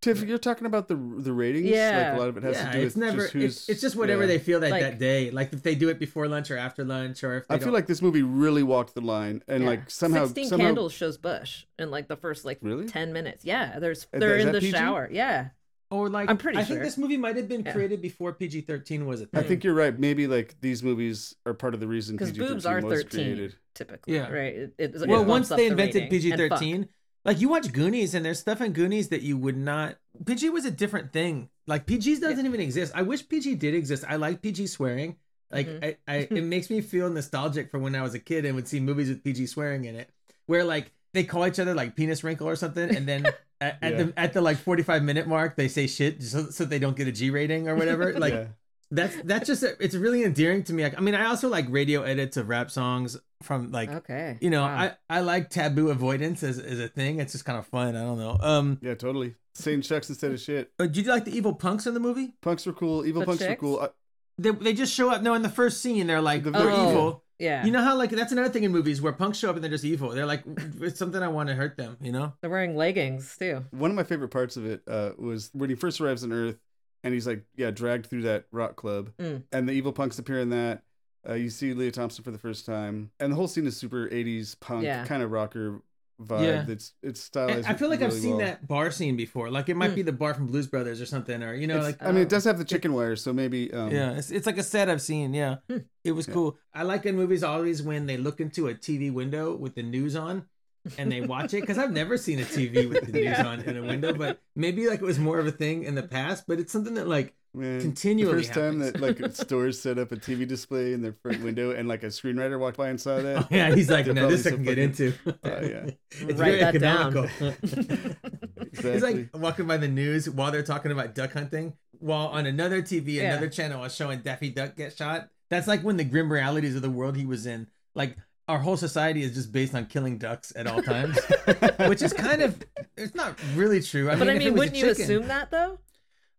S1: Tiff, you're talking about the the ratings. like
S3: Yeah.
S1: a lot of it has
S2: Yeah,
S1: to do with
S2: it's never.
S1: just who's.
S2: it's, it's just whatever
S1: yeah.
S2: they feel that
S3: Like-
S2: that day. Like if they do it before lunch or after lunch, or if they
S1: I feel
S2: don't-
S1: like this movie really walked the line, and
S3: Yeah.
S1: like somehow,
S3: sixteen
S1: somehow
S3: candles shows Bush in like the first like
S1: Really?
S3: ten minutes. Yeah, there's
S1: Is
S3: they're
S1: that- is
S3: in
S1: that
S3: the
S1: PG?
S3: shower. Yeah,
S2: or like
S3: I'm pretty
S2: I think
S3: sure.
S2: this movie might have been
S3: Yeah.
S2: created before PG-13 was a
S1: I
S2: thing.
S1: think you're right. Maybe like these movies are part of the reason
S3: because
S1: PG-13
S3: boobs are
S1: was
S3: thirteen
S1: created.
S3: typically.
S2: Yeah.
S3: right. It, it, it
S2: well,
S3: bumps
S2: once
S3: up
S2: they
S3: the
S2: invented PG
S3: rating. And fuck.
S2: thirteen, like you watch Goonies and there's stuff in Goonies that you would not. PG was a different thing. Like PG doesn't even exist. I wish PG did exist. I like PG swearing. Like
S3: Mhm.
S2: I,
S3: <laughs>
S2: I, it makes me feel nostalgic for when I was a kid and would see movies with PG swearing in it, where like they call each other like penis wrinkle or something, and
S3: <laughs>
S2: then. At, at the at the like forty five minute mark, they say shit so, so they don't get a G rating or
S3: <laughs>
S2: whatever. Like
S1: yeah.
S2: that's that's just it's really endearing to me. Like, I mean, I also like radio edits of rap songs from like
S3: Okay,
S2: you know,
S3: Wow.
S2: I, I like taboo avoidance as, as a thing. It's just kind of fun. I don't know. Um,
S1: yeah, totally. Saying chucks instead of shit.
S2: but did you like the evil punks in the movie?
S1: Punks were cool. Evil
S3: The
S1: punks were
S3: chicks?
S1: cool. I,
S2: They, they just show up. No, in the first scene, they're like
S1: The-
S2: they're
S3: Oh.
S2: evil.
S3: yeah,
S2: You know how like that's another thing in movies where punks show up and they're just evil. They're like it's something I want to hurt them. You know.
S3: they're wearing leggings too.
S1: one of my favorite parts of it uh, was when he first arrives on Earth, and he's like, yeah, dragged through that rock club,
S3: Mm.
S1: and the evil punks appear in that. Uh, you see Leah Thompson for the first time, and the whole scene is super '80s punk
S3: Yeah.
S1: kind of rocker vibe.
S2: Yeah.
S1: It's it's
S2: And
S1: stylized.
S2: I feel like I've
S1: Oh, really
S2: seen
S1: well.
S2: that bar scene before. Like it might
S3: Mm.
S2: be the bar from Blues Brothers or something, or you know,
S1: It's-
S2: like
S1: I mean, it
S3: Oh.
S1: does have the chicken wire, so maybe um,
S2: yeah, it's, it's like a set I've seen. Yeah,
S3: Hmm.
S2: it was
S1: Yeah.
S2: cool. I like in movies always when they look into a TV window with the news on, and they watch it because I've never seen a TV
S1: <laughs>
S2: with the news
S3: Yeah.
S2: on in a window, but maybe like it was more of a thing in the past. But it's something that like
S1: Man,
S2: Continually
S1: The first time
S2: happens.
S1: that like stores set up a TV display in their front window, and like a screenwriter walked by and saw
S2: <laughs> <laughs> oh,
S1: that. <laughs>
S2: yeah, he's like,
S1: They're
S2: no, this I
S1: probably
S2: can get
S1: so
S2: into.
S1: fucking- <laughs> Oh, yeah.
S2: <laughs> it's
S3: Write
S2: very
S3: that down.
S2: economical.
S1: <laughs>
S2: It's
S1: Exactly.
S2: like walking by the news while they're talking about duck hunting, while on another TV,
S3: Yeah.
S2: another channel was showing Daffy Duck get shot. That's like when the grim realities of the world he was in. Like our whole society is just based on killing ducks at all times,
S1: <laughs>
S2: which is kind of it's not really true. I
S3: but
S2: mean,
S3: I
S2: if it
S3: mean,
S2: was a
S3: wouldn't you
S2: chicken-
S3: assume that though?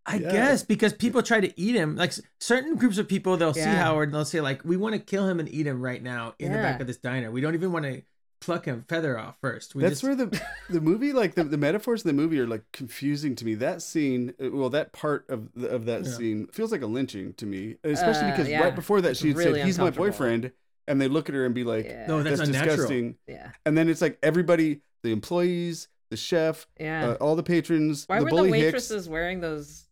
S2: I
S1: Yeah.
S2: guess because people try to eat him. Like s- certain groups of people, they'll see
S3: Yeah.
S2: Howard and they'll say like, "We want to kill him and eat him right now in the back
S3: Yeah.
S2: of this diner. We don't even want to pluck a feather off first. We
S1: That's
S2: just,
S1: where the the movie, like the, the metaphors in the movie, are like confusing to me. That scene, uh, well, that part of the, of that
S2: Yeah.
S1: scene feels like a lynching to me, especially
S3: Uh,
S1: because
S3: yeah.
S1: right before that
S3: It's
S1: she had
S3: really
S1: said, "He's my
S3: uncomfortable.
S1: boyfriend," and they look at her and be like,
S3: yeah.
S2: no, Oh, that's,
S1: "That's,
S2: unnatural.
S1: disgusting."
S3: yeah.
S1: And then it's like everybody, the employees, the chef,
S3: Yeah.
S1: uh, all the patrons,
S3: Why
S1: the
S3: were
S1: bully
S3: the
S1: Hicks,
S3: waitresses wearing those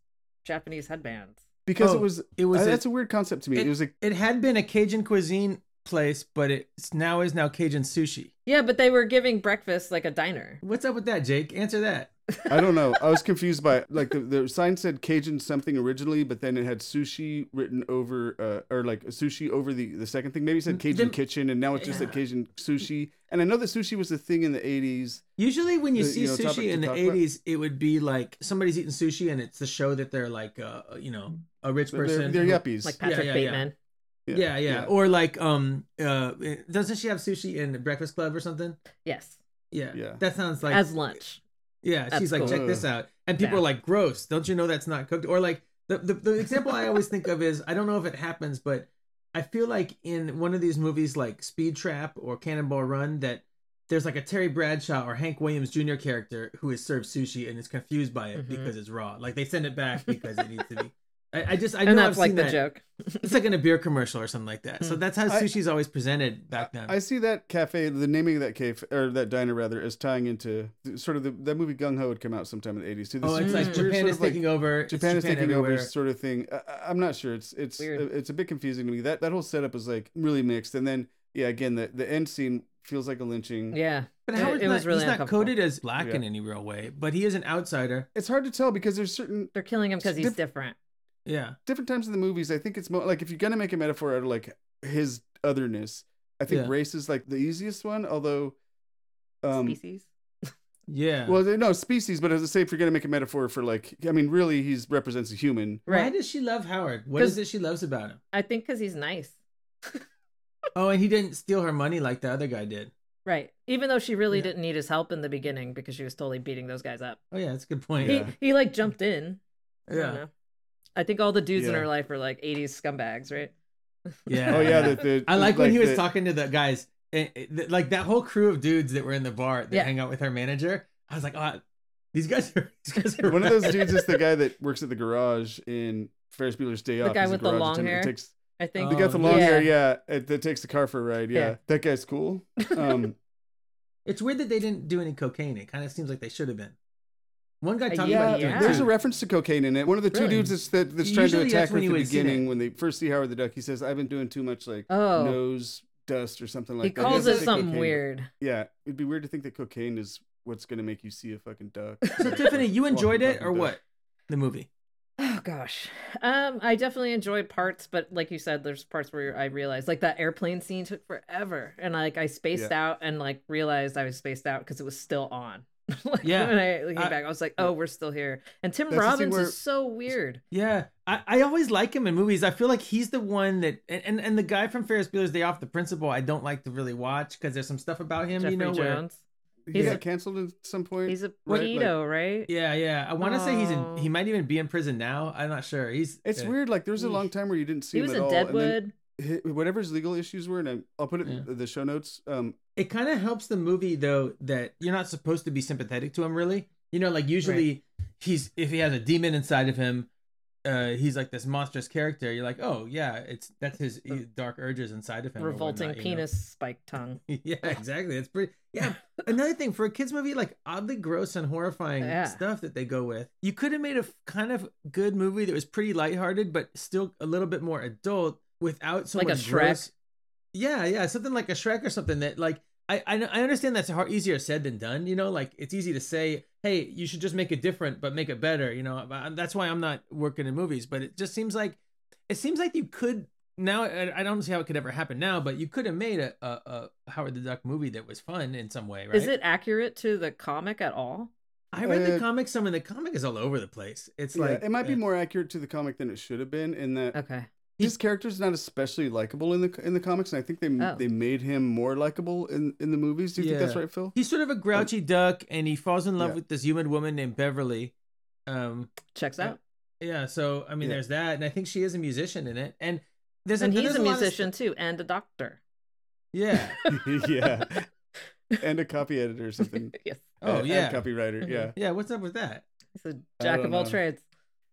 S3: Japanese headbands?
S1: because
S2: Oh,
S1: it was.
S2: It was
S1: I-
S2: a-
S1: that's a weird concept to me. It, was like
S2: it had been a Cajun cuisine place, but it's now is now Cajun sushi.
S3: Yeah, but they were giving breakfast like a diner.
S2: What's up with that, Jake? Answer that.
S1: I don't know. I was confused by it. like the, the sign said Cajun something originally, but then it had sushi written over, uh, or like sushi over the the second thing. Maybe it said
S2: Mm,
S1: Cajun
S2: then-
S1: kitchen, and now it's just
S2: Yeah.
S1: said Cajun sushi. And I know that sushi was a thing in the eighties.
S2: Usually, when you
S1: The-
S2: see
S1: Uh, you know, topic
S2: sushi
S1: to
S2: in the
S1: talk about.
S2: '80s, it would be like somebody's eating sushi, and it's to show that they're like, uh, you know, a rich
S1: They're,
S2: person.
S1: they're
S2: who-
S1: yuppies.
S3: Like
S2: Yeah,
S3: Patrick
S2: yeah, yeah.
S3: Bateman.
S2: yeah, yeah, Or like, um, uh, doesn't she have sushi in Breakfast Club or something?
S3: Yes.
S2: Yeah,
S1: Yeah.
S2: That sounds like
S3: As lunch.
S2: Yeah,
S3: That's
S2: she's like,
S3: cool.
S2: check this out, and people
S3: Yeah.
S2: are like, gross. Don't you know that's not cooked? Or like the the, the example I always think of is I don't know if it happens, but I feel like in one of these movies like Speed Trap or Cannonball Run that there's like a Terry Bradshaw or Hank Williams Jr. character who is served sushi and is confused by it
S3: Mhm.
S2: because it's raw. Like they send it back because it needs to
S3: <laughs>
S2: be. I, I just I know
S3: and that's
S2: I've
S3: like
S2: seen
S3: the
S2: that.
S3: joke.
S2: It's like in a beer commercial or something like that. So
S3: Hmm.
S2: that's how
S1: I-
S2: sushi's always presented back then.
S1: I see that cafe, the naming of that cafe or that diner rather, is tying into the- sort of the that movie Gung Ho had come out sometime in the eighties too. This
S2: oh, it's
S1: is
S2: like
S1: weird
S2: Japan
S1: sort
S2: is
S3: Mm.
S1: of, like,
S2: taking over. it's
S1: Japan is taking over
S2: everywhere.
S1: sort of thing. I, I- I'm not sure. It's it's uh,
S3: Weird.
S1: it's a bit confusing to me. That that whole setup is like really mixed. And then yeah, again the the end scene feels like a lynching.
S3: Yeah.
S2: But
S3: It-
S2: Howard's
S3: it
S2: not,
S3: was really
S2: he's not
S3: uncomfortable.
S2: coded as black
S1: Yeah.
S2: in any real way, but he is an outsider.
S1: It's hard to tell because there's certain
S3: They're killing him because he's
S1: Diff-
S3: different.
S2: Yeah.
S1: different times in the movies. I think it's more like if you're gonna make a metaphor out of like his otherness, I think
S2: Yeah.
S1: race is like the easiest one. Although, um,
S3: Species.
S2: Yeah.
S1: well, no species. But as I say, if you're gonna make a metaphor for like, I mean, really, he's represents a human.
S2: Why
S3: Right.
S2: does she love Howard? What is it she loves about him?
S3: I think because he's nice.
S2: Oh, and he didn't steal her money like the other guy did.
S3: Right. Even though she really
S2: Yeah.
S3: didn't need his help in the beginning because she was totally beating those guys up.
S2: Oh yeah, that's a good point.
S1: Yeah.
S3: He he like jumped in. I don't
S2: Yeah.
S3: know. I think all the dudes in
S1: Yeah.
S3: her life are like 80s scumbags, right?
S2: Yeah.
S1: Oh
S2: <laughs>
S1: yeah, the, the,
S2: I like, when he was
S1: the-
S2: talking to the guys, and, and, th- like that whole crew of dudes that were in the bar that
S3: Yeah.
S2: hang out with her manager. I was like, oh, these guys are these guys are
S1: One of those
S2: rad."
S1: dudes is the guy
S2: <laughs>
S1: that works at the garage in Ferris Bueller's Day
S3: The
S1: Off.
S3: guy
S1: He's a
S3: with the
S1: garage
S3: long
S1: attendant that
S3: hair?
S1: Takes,
S3: I think
S1: the guy with the
S2: Um,
S1: long
S3: yeah.
S1: hair, yeah, it, that takes the car for a ride. Yeah,
S3: Yeah.
S1: that guy's cool.
S2: <laughs>
S1: Um,
S2: It's weird that they didn't do any cocaine. It kind of seems like they should have been. One guy
S3: Uh,
S2: talked
S1: yeah,
S2: about doing
S3: yeah.
S2: it,
S1: there's
S2: too.
S1: a reference to cocaine in it. One of the two
S2: Really?
S1: dudes that's, that, that's trying to
S2: Usually
S1: attack
S2: that's
S1: her
S2: when
S1: at
S2: you
S1: the
S2: would've seen
S1: beginning
S2: it.
S1: when they first see Howard the Duck. He says, "I've been doing too much like
S3: Oh.
S1: nose dust or something like
S3: he
S1: that."
S3: calls
S1: doesn't
S3: it
S1: say
S3: something
S1: cocaine.
S3: weird.
S1: Yeah, it'd be weird to think that cocaine is what's gonna make you see a fucking duck.
S2: <laughs> So
S1: <laughs>
S2: Tiffany, you enjoyed it or what? The movie.
S3: Oh gosh. Um I definitely enjoyed parts, but like you said there's parts where I realized like that airplane scene took forever and like I spaced out and like realized I was spaced out cuz it was still on. <laughs> like,
S2: Yeah.
S3: When I came
S2: I-
S3: back I was like, "Oh, we're still here." And Tim
S1: That's the thing
S3: Robbins
S1: where-
S3: is so weird.
S2: Yeah, I, I always like him in movies. I feel like he's the one that, and, and, and the guy from Ferris Bueller's Day Off, the principal, I don't like to really watch because there's some stuff about him,
S3: Jeffrey
S2: you know, where.
S3: Jones.
S1: He
S3: He's
S1: got
S3: a-
S1: canceled at some point.
S3: He's a
S1: Right, like-
S3: pedo, right?
S2: Yeah, yeah. I want to say he's in,
S3: Oh.
S2: he might even be in prison now. I'm not sure. He's.
S1: It's
S2: yeah.
S1: weird. Like there was a
S3: Eesh.
S1: long time where you didn't see
S3: He was
S1: him at
S3: in
S1: all, and then-
S3: Deadwood.
S1: hi- whatever his legal issues were, and I, I'll put it
S2: Yeah.
S1: in the show notes. Um,
S2: It kind of helps the movie, though, that you're not supposed to be sympathetic to him, really. You know, like usually he's, if he has a demon inside of him, uh, he's like this monstrous character. You're like, oh, yeah, it's that's his
S3: The-
S2: dark urges inside of him. or
S3: Revolting
S2: whatnot, you know?
S3: penis spike
S1: <laughs>
S3: tongue.
S2: <laughs> yeah, exactly. It's pretty.
S3: <laughs>
S2: Yeah. Another thing for a kids movie, like oddly gross and horrifying
S3: Yeah.
S2: stuff that they go with. You could have made a f- kind of good movie that was pretty lighthearted, but still a little bit more adult without so
S3: Like a
S2: much
S3: Shrek?
S2: gross- Yeah, yeah, something like a Shrek or something that like. I, I, I understand that's hard, easier said than done. You know, like it's easy to say, hey, you should just make it different, but make it better. You know, But uh, that's why I'm not working in movies. But it just seems like it seems like you could now I I don't see how it could ever happen now, but you could have made a, a, a Howard the Duck movie that was fun in some way, right?
S3: Is it accurate to the comic at all?
S2: I read
S1: Uh,
S2: the comic some, and the comic is all over the place. It's
S1: yeah,
S2: like
S1: it might be
S2: uh,
S1: more accurate to the comic than it should have been in that
S3: Okay.
S1: his character's not especially likable in the in the comics, and I think they
S3: Oh.
S1: they made him more likable in in the movies. Do you think that's
S2: Yeah.
S1: right, Phil?
S2: He's sort of a grouchy duck, and he falls in love
S1: Yeah.
S2: with this human woman named Beverly. Um,
S3: Checks
S2: Yeah.
S3: out.
S2: yeah, so I mean,
S1: Yeah.
S2: there's that, and I think she is a musician in it, and there's
S3: and
S2: a,
S3: he's
S2: there's
S3: a
S2: lot of <laughs>
S3: musician too, and a doctor.
S2: st- <laughs> yeah,
S1: yeah, <laughs> and a copy editor or something.
S3: <laughs> yes.
S2: <laughs> Oh
S1: Uh, and
S2: yeah. Uh-huh.
S1: copywriter. Yeah,
S2: Yeah, what's up with that?
S3: It's a
S1: I
S3: jack
S1: don't
S3: of all
S1: know.
S3: trades.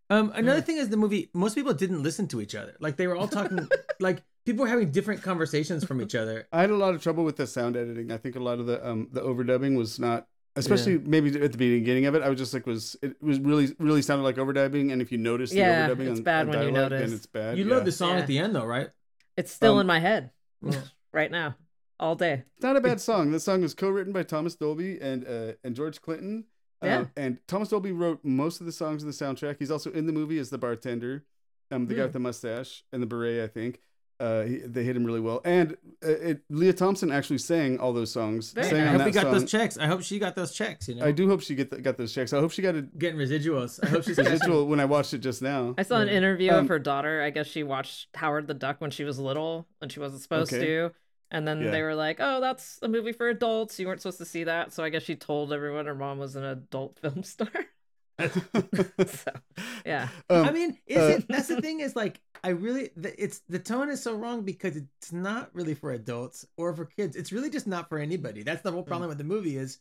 S2: Um, another thing is the movie. Most people didn't listen to each other. Like they were all talking. like people were having different conversations from each other.
S1: I had a lot of trouble with the sound editing. I think a lot of the um the overdubbing was not. Especially maybe at the beginning of it, I was just like, was it was really really sounded like overdubbing, and if you notice the
S3: Yeah,
S1: overdubbing,
S3: it's
S1: on,
S3: bad
S1: on
S3: when you
S1: dialogue,
S3: notice.
S1: then it's bad.
S2: You
S1: yeah.
S2: love the song
S3: Yeah.
S2: at the end though, right?
S3: It's still
S1: Um,
S3: in my head
S2: Well,
S3: right now, all day.
S1: It's not a bad song. This song was co-written by Thomas Dolby and uh, and George Clinton. Uh,
S3: Yeah.
S1: and Thomas Dolby wrote most of the songs in the soundtrack. He's also in the movie as the bartender, um, the guy
S3: Hmm.
S1: with the mustache and the beret, I think. Uh, he, they hit him really well. And uh, it, Leah Thompson actually sang all those songs.
S3: Very
S1: sang
S2: I
S3: nice.
S1: on
S2: hope we
S1: that
S2: got those
S1: song.
S2: checks. I hope she got those checks. You know,
S1: I do hope she get the, got those checks. I hope she got a
S2: getting residuals. I hope
S1: <laughs>
S2: she's got some-
S1: residual when I watched it just now.
S3: I saw an
S2: Yeah.
S3: interview
S1: Um,
S3: of her daughter. I guess she watched Howard the Duck when she was little and she wasn't supposed
S1: Okay.
S3: to. And then
S1: Yeah.
S3: they were like, "Oh, that's a movie for adults. You weren't supposed to see that." So I guess she told everyone her mom was an adult <laughs> film star.
S1: <laughs>
S3: so yeah,
S1: Um,
S2: I mean, is
S1: uh,
S2: it? That's the thing. Is like, I really, the, it's the tone is so wrong because it's not really for adults or for kids. It's really just not for anybody. That's the whole problem with the movie is,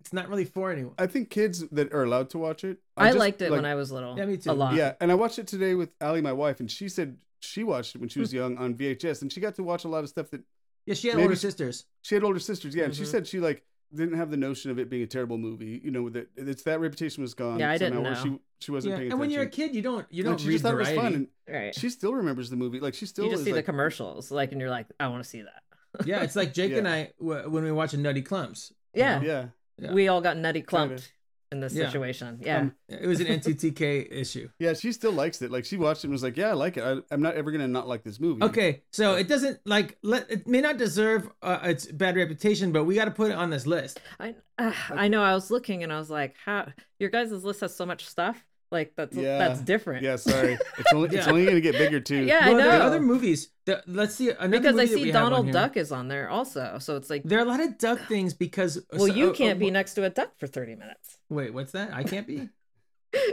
S2: it's not really for anyone.
S1: I think kids that are allowed to watch it.
S3: I,
S1: just,
S3: liked it
S1: like,
S3: when I was little.
S2: Yeah, me too.
S3: A lot.
S1: Yeah, and I watched it today with Ali, my wife, and she said she watched it when she
S3: Hmm.
S1: was young on VHS, and she got to watch a lot of stuff that
S2: Yeah, she had
S1: Maybe
S2: older
S1: she-
S2: sisters.
S1: she had older sisters. Yeah, and she
S3: Mhm.
S1: said she like didn't have the notion of it being a terrible movie. You know that it's that reputation was gone.
S3: Yeah, I
S1: somehow,
S3: didn't
S1: where
S3: know.
S1: She she wasn't
S2: Yeah.
S1: paying attention.
S2: And when you're a kid, you don't you
S1: And
S2: don't
S1: she
S2: read
S1: just thought
S2: variety.
S1: it was fun, and
S3: Right.
S1: she still remembers the movie. Like she still
S3: you just
S1: is
S3: see
S1: like,
S3: the commercials, like, and you're like, "I want to see that."
S2: yeah, <laughs> it's like Jake
S1: Yeah.
S2: and I w- when we watch a Nutty Clumps. you
S3: Yeah.
S2: know?
S1: Yeah,
S2: Yeah.
S3: We all got nutty
S1: Kinda.
S3: clumped in this
S2: Yeah.
S3: situation. Yeah.
S1: Um,
S2: It
S1: <laughs>
S2: was an NTTK issue.
S1: yeah, she still likes it. Like she watched it and was like, "Yeah, I like it. I, I'm not ever gonna not like this movie."
S2: Okay, so it doesn't like let, it may not deserve uh, its bad reputation, but we got to put it on this list.
S3: I uh, I know. I was looking and I was like, "How your guys' list has so much stuff? Like that's that's
S1: Yeah.
S3: different."
S1: Yeah,
S3: <laughs>
S1: sorry. It's only it's
S2: Yeah.
S1: only gonna get bigger too.
S3: Yeah, I
S2: well, there
S3: know.
S2: are other movies. That, let's see another
S3: because I
S2: movie that we
S3: see
S2: have on
S3: Donald
S2: here.
S3: Duck is on there also. So it's like,
S2: There are a lot of duck things because.
S3: well,
S2: so-
S3: you
S2: oh,
S3: can't
S2: oh,
S3: be
S2: wh-
S3: next to a duck for 30 minutes. <laughs>
S2: Wait, what's that? I can't be.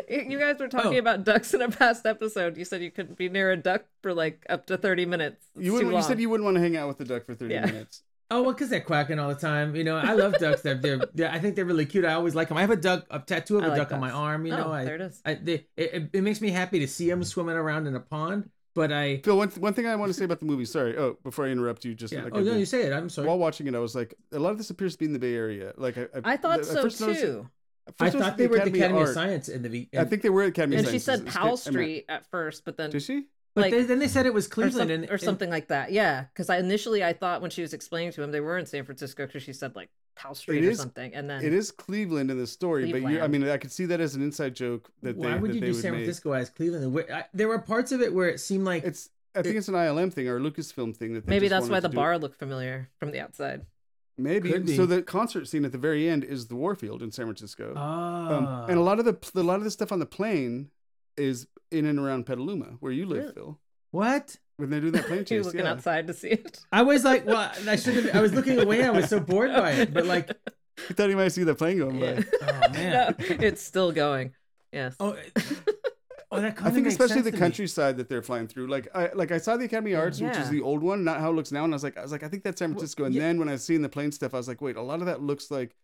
S3: You guys were talking
S2: Oh.
S3: about ducks in a past episode. You said you couldn't be near a duck for like up to 30 minutes. It's
S1: You
S3: too
S1: wouldn't. You said
S3: long.
S1: you wouldn't want to hang out with the duck for 30
S3: Yeah.
S1: minutes.
S2: Oh, well, because they're quacking all the time. You know, I love ducks. They're, they're, they're I think they're really cute. I always like them. I have a duck, a tattoo of
S3: I
S2: a
S3: like
S2: duck on my
S3: ducks.
S2: arm. You
S3: oh,
S2: know,
S3: there
S2: I,
S3: it is.
S2: I they, it, it- it makes me happy to see them swimming around in a pond. But I,
S1: Phil, one, th- one thing I want to say about the movie. Sorry. Oh, before I interrupt you, just
S2: yeah.
S1: like
S2: oh
S1: I
S2: no,
S1: did.
S2: you say it. I'm sorry.
S1: while watching it, I was like, a lot of this appears to be in the Bay Area. Like I,
S3: I
S1: the-
S3: thought
S1: I
S3: so
S1: first noticed-
S3: too.
S1: first
S2: I
S1: noticed
S2: thouat they were at the Academy of,
S1: Art.
S2: Science in the. be-
S1: I
S2: in-
S1: think they were at Academy
S3: And
S1: of
S3: she
S1: Science.
S3: said
S1: It's-
S3: Powell
S1: it's- I meant-
S3: Street at first, but then
S1: Did she?
S2: but
S3: like-
S2: they, then they said it was
S3: or,
S2: Cleveland
S3: some-
S2: and,
S3: or
S2: and-
S3: something like that. Yeah, because I initially I thought when she was explaining to him they were in San Francisco because she said like Powell Street or
S1: is-
S3: something, and then
S1: It is Cleveland in the story, but you, I
S3: Cleveland.
S1: mean, I could see that as an inside joke that they
S2: why would
S1: that
S2: you
S1: they
S2: do
S1: would
S2: San
S1: make.
S2: Francisco as Cleveland? Where, I, there were parts of it where it seemed like
S1: It's I think
S2: It-
S1: it's an ILM thing or a Lucasfilm thing that they
S3: maybe
S1: just
S3: that's
S1: wanted
S3: why
S1: to
S3: the
S1: do.
S3: bar looked familiar from the outside.
S2: Could
S1: maybe
S2: be.
S1: so the concert scene at the very end is the Warfield in San Francisco.
S2: ah,
S1: Um, and a lot of the a lot of the stuff on the plane is in and around Petaluma, where you live,
S3: Really?
S1: Phil.
S2: what?
S1: When they're doing that
S2: <laughs>
S1: plane
S3: You're
S1: chase,
S3: looking
S1: yeah.
S3: outside to see it.
S2: I was like, well, I should have. I was looking away. I was so bored by it. But
S3: <laughs>
S2: like,
S1: I thought you might see the plane going by.
S3: Yeah.
S2: oh <laughs> man,
S3: <laughs> no, it's still going. Yes.
S2: oh, it- oh, that.
S1: I
S2: kinda
S1: think
S2: makes
S1: especially
S2: sense
S1: the
S2: to me.
S1: countryside that they're flying through. Like I like I saw the Academy Arts, which is
S3: Yeah.
S1: the old one, not how it looks now, and I was like, I was like, I think that's San
S2: Well,
S1: Francisco. And
S2: yeah.
S1: then when I seen the plane stuff, I was like, wait, a lot of that looks like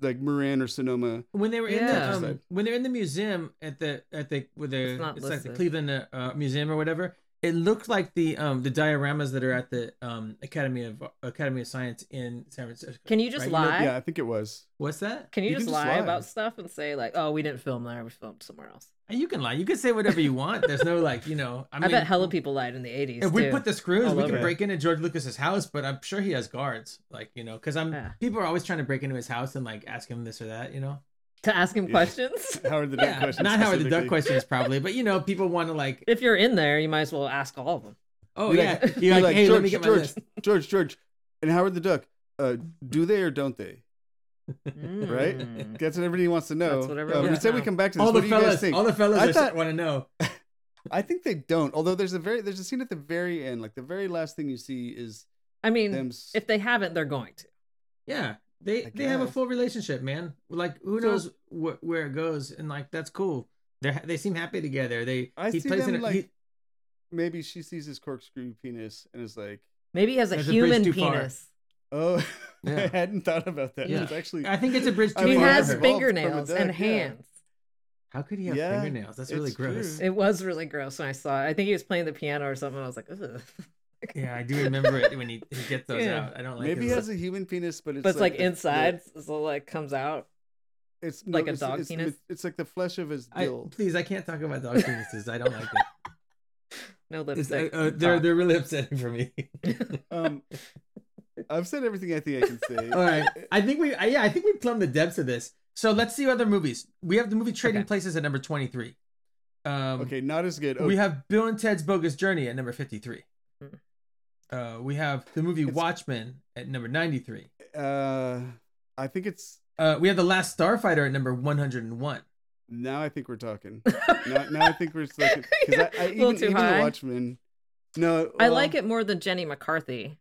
S1: like Marin or Sonoma.
S2: When they were
S3: Yeah.
S2: in the um, when they're in the museum at the at the with the
S3: It's
S2: it's,
S3: not
S2: like the
S3: listed.
S2: Cleveland uh, uh, museum or whatever. It looked like the um the dioramas that are at the um Academy of Academy of Science in San Francisco.
S3: Can you
S2: Right,
S3: just
S2: you know-
S3: lie?
S1: yeah, I think it was.
S2: What's that?
S3: Can you,
S1: You can
S3: just,
S1: just
S3: lie,
S1: lie.
S3: about stuff and say like, "Oh, we didn't film there. We filmed somewhere else."
S2: And You can lie. You can say whatever you want. There's no like, you know. I,
S3: <laughs> I,
S2: mean,
S3: bet hella people lied in the '80s.
S2: If we
S3: too.
S2: put the screws,
S3: all
S2: we can
S1: over.
S2: break into George Lucas's house. But I'm sure he has guards, like you know, because I'm
S3: Yeah.
S2: people are always trying to break into his house and like ask him this or that, you know.
S3: to ask him
S1: Yeah.
S3: questions. <laughs>
S1: Howard the Duck
S2: Yeah,
S1: question.
S2: not Howard the Duck
S1: specifically.
S2: questions probably, but you know, people want to like,
S3: if you're in there, you might as well ask all of them.
S2: oh
S1: You're
S2: yeah,
S1: like-
S2: you're like, hey,
S1: George,
S2: let me get my
S1: George,
S2: list.
S1: George, George, and Howard the Duck. Uh, do they or don't they? Right?
S3: Mm.
S1: That's what everybody wants to know.
S3: That's what everyone
S1: um, we
S3: wants
S1: said
S3: to
S1: we
S3: know.
S1: come back to this.
S2: All
S1: what
S2: the
S1: do you guys
S2: fellas,
S1: think?
S2: all the
S1: I
S2: fellas
S1: thought-
S2: want to know.
S1: I think they don't. Although there's a very there's a scene at the very end, like the very last thing you see is
S3: I mean,
S1: them.
S3: if they haven't, they're going to.
S2: Yeah, they
S1: I
S2: they have a
S1: guess.
S2: full relationship, man. Like, who
S1: So-
S2: knows wh- where it goes, and like that's cool. They they seem happy together. They
S1: I
S2: he
S1: see
S2: plays
S1: them
S2: in a,
S1: like
S2: he-
S1: maybe she sees his corkscrew penis and is like,
S3: Maybe he has a
S2: There's a bridge
S3: human
S2: too far.
S3: penis.
S1: oh. <laughs> I
S2: Yeah.
S1: hadn't thought about that.
S2: Yeah.
S1: It's actually
S2: I think it's a bridge
S1: I
S2: too
S3: he
S1: mean,
S2: far.
S1: it's
S3: has
S2: for her.
S1: evolved big-
S3: fingernails
S1: from a
S3: and
S1: duck, yeah.
S3: hands.
S2: How could he have
S1: Yeah,
S2: fingernails? That's really
S1: it's <laughs>
S2: gross.
S1: true.
S3: It was really gross when I saw it. I think he was playing the piano or something. I was like, Ugh.
S2: Yeah, I do remember it when he, he gets those
S3: Yeah.
S2: out. I don't like
S1: maybe he
S2: his-
S1: has a human penis, but it's
S3: <laughs> but it's like,
S1: the- the-
S3: inside, so like comes out.
S1: it's
S3: like a
S1: it's-
S3: dog
S1: it's,
S3: penis?
S1: It's like the flesh of his
S2: I, <laughs>
S1: dill.
S2: please, I can't talk about dog penises. I don't like it. <laughs>
S3: No
S2: It's,
S3: lipstick.
S2: uh, uh, they're
S3: Talk.
S2: they're really upsetting for me.
S1: um, I've said everything I think I can say.
S2: <laughs> All right, I think we I, yeah I think we plumbed the depths of this. So let's see other movies. We have the movie Trading
S3: Okay.
S2: Places at number twenty three. Um,
S1: Okay, not as good.
S2: We have Bill and Ted's Bogus Journey at number fifty three.
S3: Mhm.
S2: Uh, we have the movie
S1: It's-
S2: Watchmen at number ninety three.
S1: uh, I think it's
S2: Uh, we have the Last Starfighter at number one hundred and one.
S1: now. I think we're talking.
S2: uh,
S3: <laughs>
S1: now, now I think we're because I, I
S3: A
S1: even,
S3: little too
S1: even the
S3: high.
S1: Watchmen. No,
S3: I
S1: well,
S2: <laughs>
S3: like it more than Jenny McCarthy.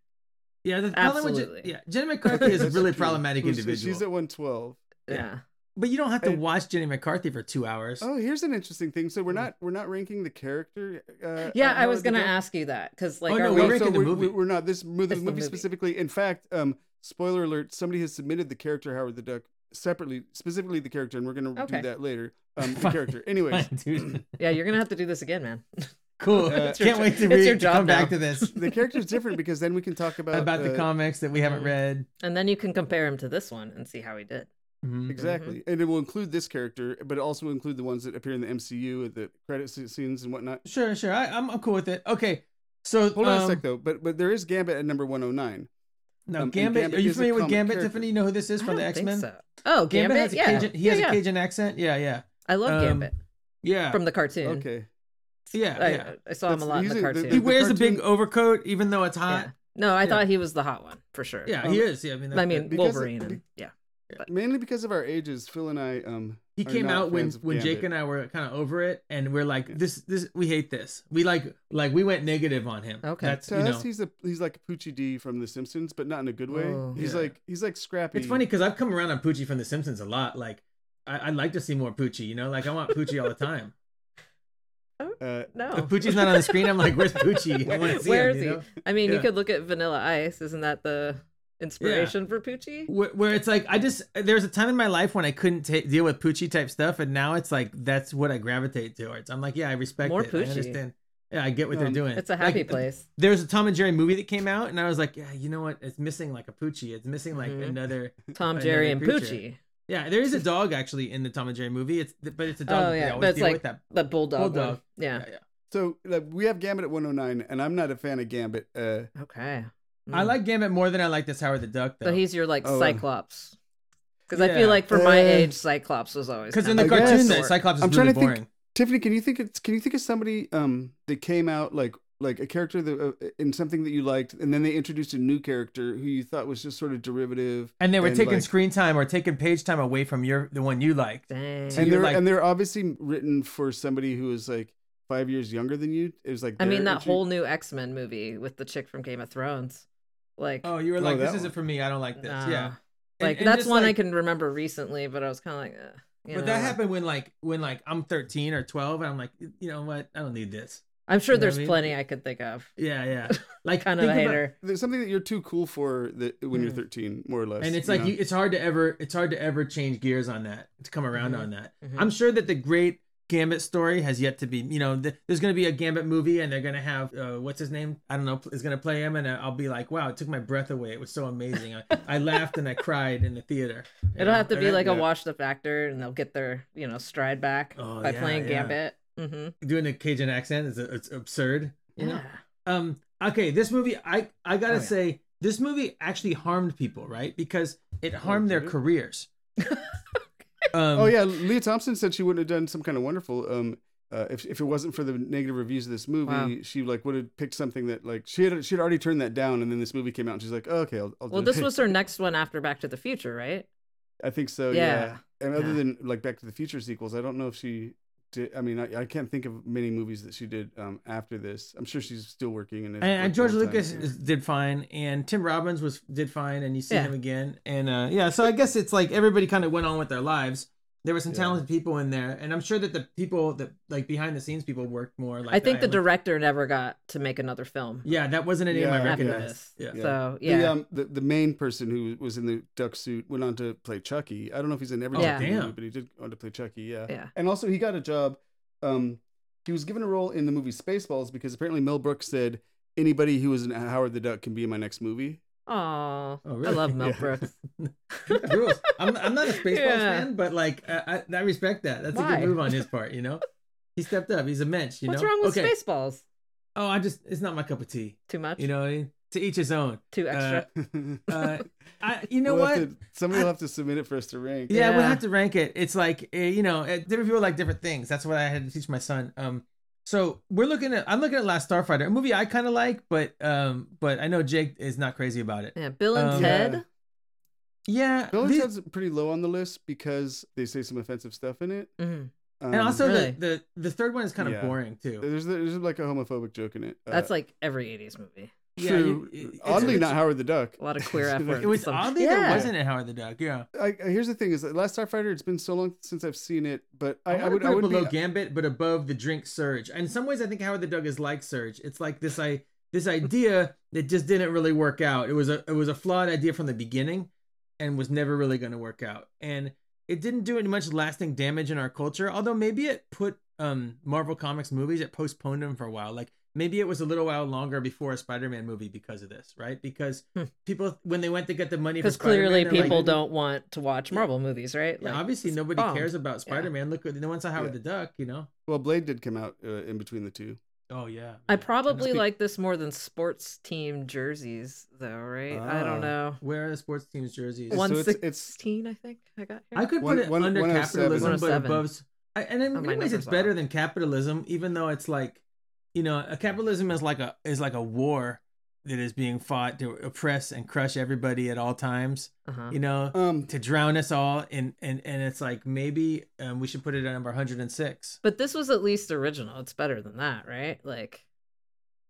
S2: Yeah, the problem with Je-
S3: Absolutely.
S2: yeah, Jenny McCarthy is a
S1: <laughs> that's
S2: really
S1: true.
S2: problematic
S1: Who's-
S2: individual.
S1: She's at one twelve.
S2: Yeah.
S3: Yeah.
S2: but you don't have to
S1: and-
S2: watch Jenny McCarthy for two hours. <laughs>
S1: Oh, here's an interesting thing. So we're
S2: Hmm.
S1: not we're not ranking the character. Uh,
S3: Yeah,
S1: uh,
S3: I
S1: Howard
S3: was
S1: the
S3: gonna
S1: Duck?
S3: ask you that because like,
S2: Oh,
S3: are
S2: no,
S1: No,
S2: we
S3: we-
S1: so
S2: ranking the
S1: we're,
S2: movie.
S1: we're not this movie,
S3: It's the
S1: movie
S3: movie.
S1: specifically. In fact, um, spoiler alert: somebody has submitted the character Howard the Duck separately, specifically the character, and we're gonna
S3: Okay.
S1: do that later.
S3: <laughs>
S1: Um, the
S2: Fine.
S1: character, anyways.
S2: Dude.
S3: <laughs> yeah, you're gonna have to do this again, man.
S2: <laughs> Cool.
S1: Uh,
S2: Can't wait to
S3: it's
S2: read.
S3: your
S2: to
S3: job
S2: come back to
S3: now. <laughs>
S2: this
S1: the character is different because then we can talk about
S2: about the
S1: uh,
S2: comics that we haven't read.
S3: And then you can compare him to this one and see how he did.
S2: Mhm.
S1: Exactly, and it will include this character, but it also include the ones that appear in the MCU, the credit se- scenes and whatnot.
S2: Sure, sure. I, I'm, I'm cool with it. Okay. So
S1: Hold on a
S2: um,
S1: sec though, but but there is Gambit at number one hundred nine.
S2: Now,
S1: Um, and
S2: Gambit.
S1: Gambit
S2: Are you
S1: is a
S2: familiar with
S1: comic
S2: Gambit,
S1: character.
S2: Tiffany? You know who this is
S3: I
S2: from the
S3: don't
S2: X
S3: think
S2: Men?
S3: so. Oh, Gambit.
S2: has a
S3: yeah.
S2: Cajun. He has
S3: yeah,
S2: a
S3: yeah.
S2: Cajun accent. Yeah, yeah,
S3: I love
S2: um,
S3: Gambit
S2: yeah.
S3: from the cartoon.
S1: Okay,
S2: yeah,
S3: I,
S2: yeah.
S3: I saw him
S1: That's-
S3: a lot in
S1: he's
S3: the
S1: in-
S3: cartoon.
S1: the-
S2: He
S1: the
S2: wears a big
S1: cartoon-
S2: overcoat, even though it's
S3: yeah.
S2: hot.
S3: Uh, No, I
S2: yeah.
S3: thought he was the hot one for sure.
S2: Yeah,
S1: Um,
S2: he is. Yeah, I mean, that-
S3: I mean
S1: because-
S3: Wolverine. and, yeah.
S1: mainly because of our ages, Phil and I. Um,
S2: he
S1: are
S2: came
S1: not
S2: out when
S1: fans of
S2: when Jake
S1: Gambit.
S2: and I were kind of over it, and we're like,
S1: Yeah.
S2: this this we hate this. We like like we went negative on him.
S3: Okay.
S2: that's
S1: To
S2: you
S1: us,
S2: know.
S1: he's a he's like Poochie D from The Simpsons, but not in a good way.
S3: Oh.
S1: He's
S2: Yeah.
S1: like he's like scrappy.
S2: It's funny because I've come around on Poochie from The Simpsons a lot. Like, I, I'd like to see more Poochie. You know, like I want Poochie all the
S3: <laughs>
S2: time.
S1: Uh,
S3: No.
S2: If Poochie's not on the screen, I'm like, where's Poochie? I
S3: <laughs>
S2: want to see
S3: Oh. Where
S2: him.
S3: is
S2: you
S3: he?
S2: know?
S3: <laughs> I mean,
S2: Yeah.
S3: you could look at Vanilla Ice. Isn't that the inspiration for Poochie?
S2: Where, where it's like I just there's a time in my life when I couldn't ta deal with Poochie type stuff, and now it's like that's what I gravitate towards. I'm like, yeah, I respect
S3: More
S2: it. I
S3: Poochie.
S2: understand. Yeah, I get what they're
S1: Um,
S2: doing.
S3: It's a
S2: <laughs>
S3: happy
S2: Like,
S3: place.
S2: There was a Tom and Jerry movie that came out, and I was like, yeah, you know what? It's missing like a Poochie. It's missing like
S3: Mhm.
S2: another.
S3: Tom,
S2: another
S3: Jerry, and
S2: creature.
S3: Poochie.
S2: Yeah, there
S3: <laughs>
S2: is a dog actually in the Tom and Jerry movie. It's but it's a dog.
S3: Oh,
S2: They
S3: yeah,
S2: always
S3: but it's
S2: deal
S3: like-
S2: with that.
S3: The bulldog. one.
S2: Bulldog.
S3: Yeah.
S1: so like, we have Gambit at 109, and I'm not a fan of Gambit. Uh,
S3: Okay.
S2: I
S3: Mm.
S2: like Gambit more than I like this Howard the Duck though.
S3: So he's your like
S1: Oh, uh,
S3: Cyclops. Because I
S2: yeah.
S3: feel like for my
S1: Uh,
S3: age, Cyclops was always
S2: because in the
S3: kinda
S1: I
S3: like a
S2: cartoon,
S1: guess-
S2: the
S3: dinosaur.
S2: Cyclops is
S1: I'm trying
S2: really
S1: to think-
S2: boring.
S1: Tiffany, can you think it's can you think of somebody um that came out like like a character that uh, in something that you liked, and then they introduced a new character who you thought was just sort of derivative,
S2: And they were
S1: and,
S2: taking
S1: like-
S2: screen time or taking page time away from your the one you liked.
S3: Dang.
S2: So
S1: and
S2: you're
S1: they're
S2: like-
S1: and they're obviously written for somebody who is like five years younger than you. It was like
S3: I mean
S1: their
S3: that
S1: intro-
S3: whole new X Men movie with the chick from Game of Thrones. Like,
S2: Oh, you were
S1: Oh,
S2: like,
S1: that
S2: this
S1: one.
S2: isn't for me. I don't like this.
S3: nah.
S2: Yeah, And-
S3: Like
S2: and
S3: that's
S2: just,
S3: one I
S2: like-
S3: can remember recently, but I was kind of like, eh, you
S2: But
S3: know,
S2: that
S3: like-
S2: happened when like when like I'm 13 or 12, and I'm like, you know what? I don't need this.
S3: I'm sure
S2: you know what I
S3: there's
S2: mean?
S3: plenty I could think of.
S2: Yeah,
S3: <laughs>
S2: yeah. Like
S3: Kind of a
S2: think about-
S3: hater.
S1: There's something that you're too cool for that when you're
S3: Mm.
S1: 13, more or less.
S2: Hmm. And it's like
S1: know?
S2: you, it's hard to ever it's hard to ever change gears on that to come around
S3: Mhm.
S2: on that.
S3: Mhm.
S2: I'm sure that the great Gambit story has yet to be. You know, th- there's going to be a Gambit movie, and they're going to have uh, what's his name? I don't know. pl- Is going to play him, and uh, I'll be like, wow, it took my breath away. It was so amazing. I, I laughed and I cried in the theater. you
S3: It'll
S2: know?
S3: have to
S2: And
S3: be
S2: I-
S3: like
S1: yeah.
S3: a washed up actor, and they'll get their you know stride back
S2: Oh,
S3: by
S2: yeah, yeah.
S3: playing Gambit. Mm-hmm.
S2: doing a Cajun accent is uh, it's absurd. You know.
S3: Yeah.
S2: Um. Okay. This movie, I I gotta
S3: Oh, yeah.
S2: say, this movie actually harmed people, right? Because it harmed their
S1: Oh, did it? <laughs>
S2: careers. um,
S1: Oh yeah, Leah Thompson said she wouldn't have done some kind of wonderful. Um, uh, if if it wasn't for the negative reviews of this movie,
S3: Wow.
S1: she like would have picked something that like she had she had already turned that down, and then this movie came out, and she's like, oh, okay, I'll, I'll
S3: Well,
S1: do
S3: this
S1: it.
S3: was her next one after Back to the Future, right?
S1: I think so. Yeah.
S3: Yeah.
S1: And other
S3: Yeah.
S1: than like Back to the Future sequels, I don't know if she did. I mean, I, I can't think of many movies that she did um, after this. I'm sure she's still working. And, has
S2: And, and
S1: worked
S2: George
S1: all the time,
S2: Lucas
S1: so-
S2: is, did fine, and Tim Robbins was did fine, and you see
S3: Yeah.
S2: him again, and uh, yeah. So I guess it's like everybody kind of went on with their lives, there were some
S1: Yeah.
S2: talented people in there, and I'm sure that the people that like behind the scenes people worked more. Like
S3: I think
S2: that.
S3: the
S2: Like,
S3: director never got to make another film
S2: Yeah, that wasn't a name
S1: Yeah,
S2: I
S1: yeah.
S3: after
S2: recognized.
S3: this.
S2: Yeah.
S1: Yeah.
S3: So yeah,
S1: Yeah. The, um, the, the main person who was in the duck suit went on to play Chucky. I don't know if he's in every
S3: Oh,
S1: Chucky movie,
S2: damn.
S1: but he did go on to play Chucky. Yeah.
S3: yeah.
S1: And also, he got a job. Um, he was given a role in the movie Spaceballs because apparently Mel Brooks said anybody who was in Howard the Duck can be in my next movie. <laughs>
S3: Aw,
S2: Oh, <laughs> really?
S3: I love Mel
S1: Yeah.
S3: Brooks.
S2: That rules. I'm, I'm not a Spaceballs
S3: Yeah.
S2: fan, but like I, I, I respect that. That's a
S3: Why?
S2: good move on his part. You know, he stepped up. He's a mensch. You
S3: What's
S2: know,
S3: wrong with
S2: okay.
S3: Spaceballs?
S2: Oh, I just it's not my cup of tea.
S3: Too much?
S2: You know, what I mean? to each his own.
S3: Too extra? <laughs>
S2: Uh, I, you know
S1: We'll
S2: what?
S1: have to- somebody will have to submit it for us to rank.
S2: Yeah, we'll
S3: Yeah.
S2: have to rank it. It's like eh, you know, eh, different people like different things. That's what I had to teach my son. Um, so we're looking at I'm looking at Last Starfighter, a movie I kind of like, but um, but I know Jake is not crazy about it.
S3: yeah, Bill and
S2: Um,
S3: Ted.
S1: yeah.
S2: Yeah,
S1: Bill and
S2: these-
S1: Ted's pretty low on the list because they say some offensive stuff in it.
S3: Mhm.
S1: Um,
S2: and also
S3: Really?
S2: the, the the third one is kind of
S1: Yeah.
S2: boring too.
S1: there's, there's like a homophobic joke in it. Uh,
S3: That's like every '80s movie.
S2: Yeah,
S1: true.
S2: you- it- it's-
S1: Oddly,
S2: it's-
S1: not Howard the Duck.
S3: A lot of
S1: <laughs>
S3: queer
S1: Like,
S3: effort.
S2: It was
S3: Some-
S2: oddly
S3: Yeah.
S2: there wasn't in Howard the Duck. Yeah,
S1: I, I- here's the thing: is that Last Starfighter. It's been so long since I've seen it, but I, I
S2: wanna
S1: would
S2: put
S1: I
S2: it
S1: would
S2: below
S1: be,
S2: Gambit, but above the drink Surge. And in some ways, I think Howard the Duck is like Surge. It's like this I this idea that just didn't really work out. It was a it was a flawed idea from the beginning, and was never really going to work out. And it didn't do any much lasting damage in our culture. Although maybe it put um Marvel Comics movies, it postponed them for a while. Like maybe it was a little while longer before a Spider-Man movie because of this, right? Because
S3: Hmm.
S2: people when they went to get the money for
S3: because clearly
S2: Spider-Man, they're like,
S3: people don't want to watch Marvel movies, right?
S2: Yeah,
S3: Like,
S2: obviously
S3: it's
S2: nobody
S3: bombed.
S2: cares about
S3: Yeah.
S2: Spider-Man. Look, no one saw Howard
S1: Yeah.
S2: the Duck, you know.
S1: Well, Blade did come out uh, in between the two.
S2: Oh yeah.
S3: I
S2: man.
S3: probably
S1: Speak-
S3: like this more than sports team jerseys, though, right? I
S1: Ah.
S3: don't know.
S2: Where are the sports teams jerseys?
S1: One-
S3: One
S1: so it's- it's-
S3: sixteen, I think I got here.
S2: I could put
S1: One-
S2: it
S1: one-
S2: under
S1: 107.
S2: capitalism, but
S3: 107.
S2: above. s- I, and in
S3: Oh, my
S2: many ways,
S3: numbers
S2: it's
S3: are
S2: better
S3: off.
S2: than capitalism, even though it's like, you know, a capitalism is like a is like a war that is being fought to oppress and crush everybody at all times.
S3: uh-huh.
S2: You know,
S1: Um,
S2: to drown us all, and and and it's like maybe um, we should put it at number 106.
S3: But this was at least original. It's better than that, right? Like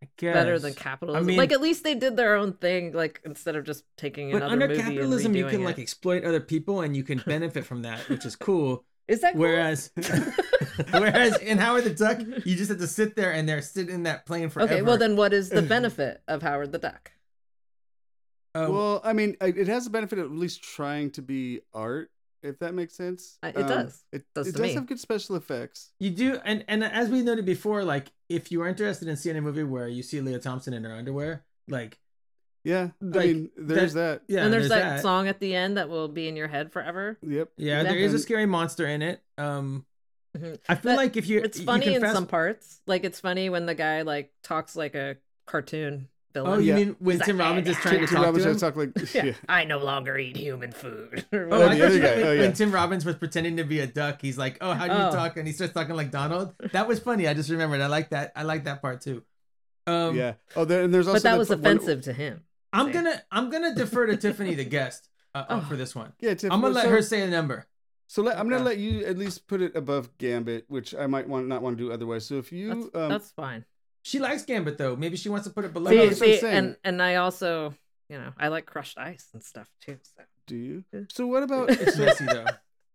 S2: I guess.
S3: better than capitalism.
S2: mean-
S3: like at least they did their own thing. Like instead of just taking
S2: But
S3: another
S2: under
S3: movie
S2: capitalism,
S3: and
S2: you can
S3: redoing
S2: like
S3: it.
S2: exploit other people, and you
S3: <laughs>
S2: can benefit from that, which is cool.
S3: Is that cool?
S2: Whereas, <laughs> whereas in Howard the Duck, you just have to sit there and they're sitting in that plane forever.
S3: okay? Well, then what
S2: <clears throat>
S3: is the benefit of Howard the Duck?
S2: Uh,
S1: well, I mean, I- it has the benefit of at least trying to be art, if that makes sense.
S3: I- Uh, it
S1: Um,
S3: does.
S1: It
S3: Does
S1: it
S3: to
S1: does
S3: me.
S1: have good special effects.
S2: you do, and and as we noted before, like if you are interested in seeing a movie where you see Leah Thompson in her underwear, like
S1: Yeah, I
S2: Like,
S1: mean, there's that.
S2: yeah,
S3: and there's, that, song at the end that will be in your head forever.
S1: Yep.
S2: Yeah, there is a
S1: And-
S2: scary monster in it. Um,
S3: Mhm.
S2: I feel
S3: But
S2: like if you,
S3: It's
S2: you
S3: funny
S2: can
S3: in
S2: fast-
S3: some parts. Like it's funny when the guy like talks like a cartoon villain.
S2: Oh, you
S1: Yeah.
S2: mean when
S3: He's
S2: Tim
S3: like, "Ah,
S2: Robbins is
S3: "Yeah,
S2: trying to
S3: yeah,
S1: Tim
S2: talk
S1: Robbins
S2: to
S1: had
S2: him?
S1: talk like
S3: <laughs> yeah.
S1: Oh, yeah.
S3: I no longer eat human food. <laughs> or
S2: Oh,
S1: the
S2: I
S3: whatever.
S2: thought
S1: other guy,
S2: you <laughs> meant
S1: oh,
S2: when,
S1: yeah.
S2: when Tim Robbins was pretending to be a duck, he's like, "Oh, how do you
S3: Oh.
S2: talk?" And he starts talking like Donald. That was funny. I just remembered. I like that. I like that part too. Um,
S1: yeah. Oh, there, and there's also
S3: but that was
S1: fu- one-
S3: offensive to him.
S2: I'm
S3: See.
S2: gonna I'm gonna defer to Tiffany, the guest, uh, uh,
S3: Oh.
S2: for this one.
S1: yeah, Tiff,
S2: I'm gonna
S1: well,
S2: let
S1: so,
S2: her say a number.
S1: So let, I'm gonna
S2: Okay.
S1: let you at least put it above Gambit, which I might want not want to do otherwise. So if
S3: That's,
S1: you, um,
S3: that's fine.
S2: She likes Gambit though. Maybe she wants to put it below.
S3: See,
S1: that's what I'm
S3: see,
S1: saying.
S3: and and I also, you know, I like crushed ice and stuff too. So.
S1: do you?
S3: Yeah.
S1: So what
S3: <laughs>
S1: about?
S2: It's messy though.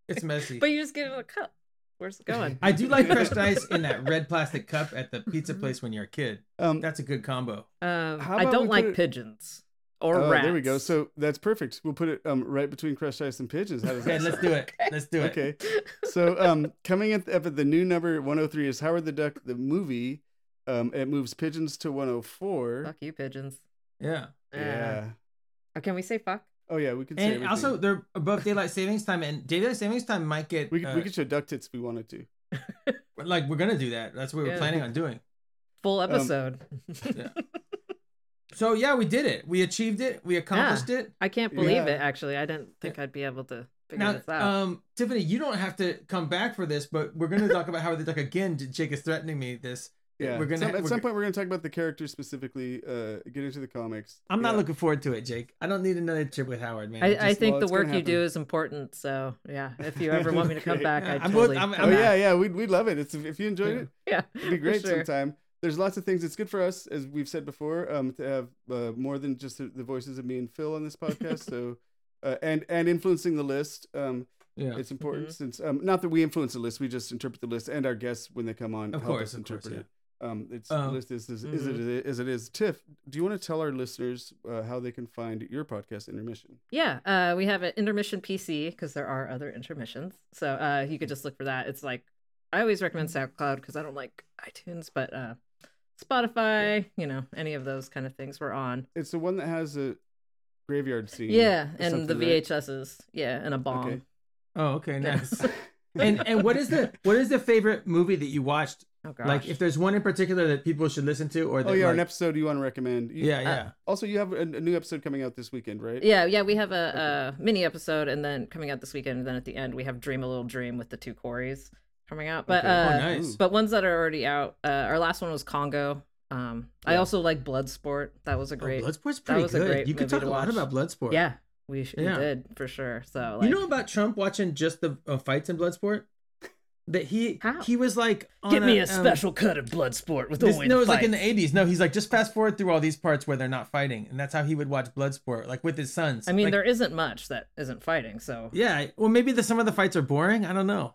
S2: It's messy.
S3: But you just give it a cup. Where's
S1: <laughs>
S3: it going?
S2: I do like
S3: <laughs>
S2: crushed ice in that red plastic cup at the pizza place when you're a kid.
S1: <laughs> Um,
S2: That's a good combo.
S3: Um,
S1: How
S3: I
S1: about
S3: don't
S1: we
S3: like
S1: put it-
S3: pigeons or
S1: oh,
S3: rats.
S1: there we go. So that's perfect. We'll put it um right between crushed ice and pigeons. How does
S2: Okay,
S1: that?
S2: let's
S1: sound?
S2: do it. Let's do it.
S1: Okay.
S3: <laughs>
S1: So um, coming at- up at the new number 103 is Howard the Duck the movie. Um, it moves pigeons to 104.
S3: fuck you, pigeons.
S2: Yeah.
S3: Uh,
S1: Yeah.
S3: oh, can we say fuck?
S1: Oh yeah, we can. Say
S2: And
S1: everything.
S2: also they're above daylight savings time, and daylight savings time might get
S1: we could, we
S2: uh,
S1: could show duck tits if we wanted to.
S2: like we're gonna do that. That's what we were
S3: Yeah.
S2: planning on doing.
S3: Full
S1: Um,
S3: episode. <laughs>
S2: yeah. So yeah, we did it. We achieved it. We accomplished it.
S3: I can't believe
S1: Yeah.
S3: it. Actually, I didn't think I'd be able to figure
S2: Now,
S3: this out.
S2: um, Tiffany, you don't have to come back for this, but we're going to talk about Howard the Duck again. J- Jake is threatening me this.
S1: Yeah.
S2: We're gonna
S1: Some-
S2: ha-
S1: at
S2: we're
S1: some
S2: g-
S1: point we're gonna talk about the characters specifically. Uh, get into the comics.
S2: I'm not
S1: Yeah.
S2: looking forward to it, Jake. I don't need another trip with Howard, man.
S3: I,
S2: Just-
S3: I think
S1: well,
S3: the
S1: it's gonna
S3: work you do
S1: happen.
S3: is important. So yeah, if you ever want me to come
S1: Okay.
S3: back,
S2: Yeah,
S3: I
S2: I'm
S3: totally.
S2: both- I'm-
S3: come
S1: Oh
S3: <laughs>
S2: I'm
S3: back.
S1: yeah, yeah, we'd we'd love it. It's if you enjoyed it,
S3: yeah,
S1: it'd be great
S3: for sure.
S1: sometime. There's lots of things. It's good for us, as we've said before, um, to have uh, more than
S2: <laughs>
S1: just the, the voices of me and Phil on this podcast. so, uh, and and influencing the list. Um,
S2: Yeah. Mm-hmm.
S1: It's important since um, not that we influence the list, we just interpret the list, and our guests when they come on
S2: Of
S1: help us
S2: course, of course,
S1: interpret it. Um, it's the
S2: Um, mm-hmm.
S1: list is is, is it as it is. Tiff, do you want to tell our listeners uh, how they can find your podcast intermission?
S3: Yeah, uh, we have an intermission PC because there are other intermissions. So uh, you could just look for that. It's like I always recommend SoundCloud because I don't like iTunes, but uh, Spotify, you know, any of those kind of things we're on.
S1: It's the one that has a graveyard scene.
S3: Yeah,
S1: or
S3: and the
S1: something, right?
S3: VHSs. Yeah, and a bomb.
S1: Okay.
S2: Oh,
S1: <laughs>
S2: okay, nice.
S3: Yes.
S2: and and what is the what is the favorite movie that you watched?
S3: Oh gosh.
S2: Like, if there's one in particular that people should listen to, or that,
S1: Oh yeah, an
S2: like-
S1: episode you want to recommend? You-
S2: yeah, yeah.
S1: Also, you have a, a new episode coming out this weekend, right?
S3: yeah, yeah, we have a, a mini episode, and then coming out this weekend, and then at the end we have "Dream a Little Dream" with the two Corys coming out. But
S1: Okay.
S3: uh,
S2: oh, nice.
S1: ooh.
S3: but ones that are already out. Uh, our last one was Congo. Um, I
S1: Yeah.
S3: also like Bloodsport. That was a great.
S2: Oh, Bloodsport's pretty
S3: was a
S2: good.
S3: great
S2: you could
S3: movie
S2: talk
S3: to
S2: a lot
S3: watch.
S2: about Bloodsport.
S3: Yeah, we, sh- we
S2: Yeah.
S3: did for sure. So like,
S2: you know about Trump watching just the uh, fights in Bloodsport? That he
S3: How?
S2: he was like on
S3: give me a
S2: um,
S3: special cut of Bloodsport with
S2: This,
S3: only
S2: no, it
S3: the
S2: was like in the
S3: fights.
S2: eighties. No, he's like just fast forward through all these parts where they're not fighting, and that's how he would watch Bloodsport, like with his sons.
S3: I mean,
S2: Like,
S3: there isn't much that isn't fighting, so
S2: yeah. Well, maybe the some of the fights are boring. I don't know.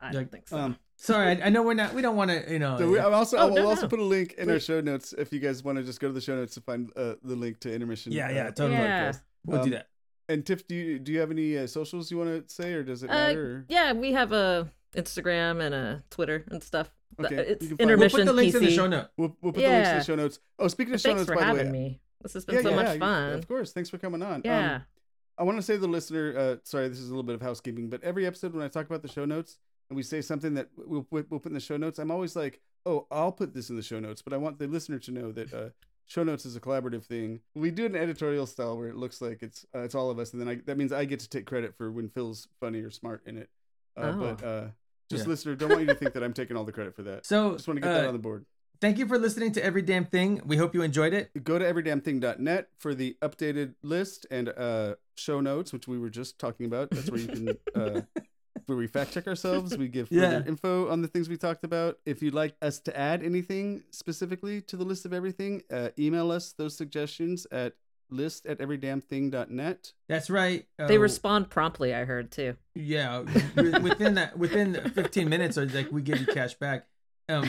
S3: I don't
S2: like,
S3: think so.
S1: Um,
S2: Sorry, I, I know we're not. We don't want to.
S1: <laughs>
S2: You know.
S1: so we, I'll also,
S3: Oh,
S1: I'll,
S3: no,
S1: also
S3: no.
S1: put a link in our
S3: Wait.
S1: show notes if you guys want to just go to the show notes to find uh, the link to intermission.
S2: yeah,
S1: uh,
S2: yeah, totally.
S3: Yeah.
S2: We'll
S1: Um,
S2: do that.
S1: And Tiff, do you do you have any uh, socials you want to say, or does it
S3: Uh,
S1: matter?
S3: yeah, we have a Instagram and a Twitter and stuff. The-
S1: Okay,
S3: it's
S1: you can find-
S2: We'll
S3: intermission
S2: put the links
S3: PC.
S2: in the show note.
S1: We'll, we'll put the links in
S3: Yeah.
S1: the show notes. Oh, speaking of show
S3: Thanks
S1: notes,
S3: for
S1: by the way,
S3: having me. This has been so much
S1: you-
S3: fun.
S1: Of course, thanks for coming on. Um,
S3: Yeah.
S1: I want to say to the listener, uh, sorry, this is a little bit of housekeeping, but every episode when I talk about the show notes and we say something that we'll, we'll we'll put in the show notes, I'm always like, oh, I'll put this in the show notes, but I want the listener to know that uh, show notes is a collaborative thing. We do it in editorial style where it looks like it's uh, it's all of us, and then I, that means I get to take credit for when Phil's funny or smart in it. Uh,
S3: Oh.
S1: But uh, just
S2: Yeah.
S1: listener, don't want you to think that I'm taking all the credit for that.
S2: So
S1: Just want to get
S2: uh,
S1: that on the board.
S2: Thank you for listening to every damn thing. We hope you enjoyed it.
S1: go to everydamnthing.net for the updated list and uh, show notes, which we were just talking about. That's where you can, uh,
S2: <laughs>
S1: where we fact check ourselves. We give further
S2: Yeah.
S1: info on the things we talked about. If you'd like us to add anything specifically to the list of everything, uh, email us those suggestions at list at everydamnthing.net.
S2: That's right.
S3: They
S2: Uh,
S3: respond promptly, I heard too.
S2: Yeah, wi- within that within 15 minutes, or like we give you cash back. Um,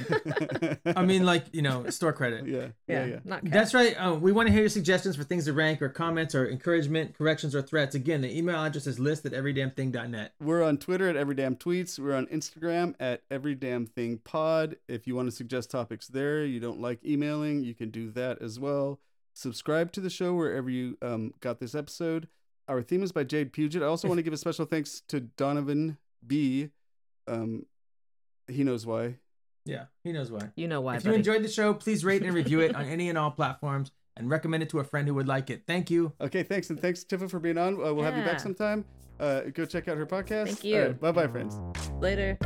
S2: I mean, like you know, store
S1: <laughs>
S2: credit.
S1: yeah,
S3: Yeah,
S1: yeah, yeah.
S3: not cat.
S2: That's right. Uh, we want to hear your suggestions for things to rank, or comments, or encouragement, corrections, or threats. Again, the email address is list at everydamnthing.net.
S1: We're on Twitter at everydamntweets. We're on Instagram at everydamnthingpod. If you want to suggest topics there, you don't like emailing, you can do that as well. Subscribe to the show wherever you um, got this episode. Our theme is by Jade Puget. I
S3: <laughs>
S1: also want to give a special thanks to Donovan B. Um, he knows why.
S2: Yeah, he knows why.
S3: You know why,
S2: if you
S3: buddy.
S2: enjoyed the show, please rate and review it on any and all platforms, and recommend it to a friend who would like it. Thank you.
S1: Okay, thanks. And thanks, Tifa, for being on. Uh, we'll have you back
S3: Yeah.
S1: sometime. Uh, go check out her podcast.
S3: Thank you.
S1: bye bye, friends.
S3: Later.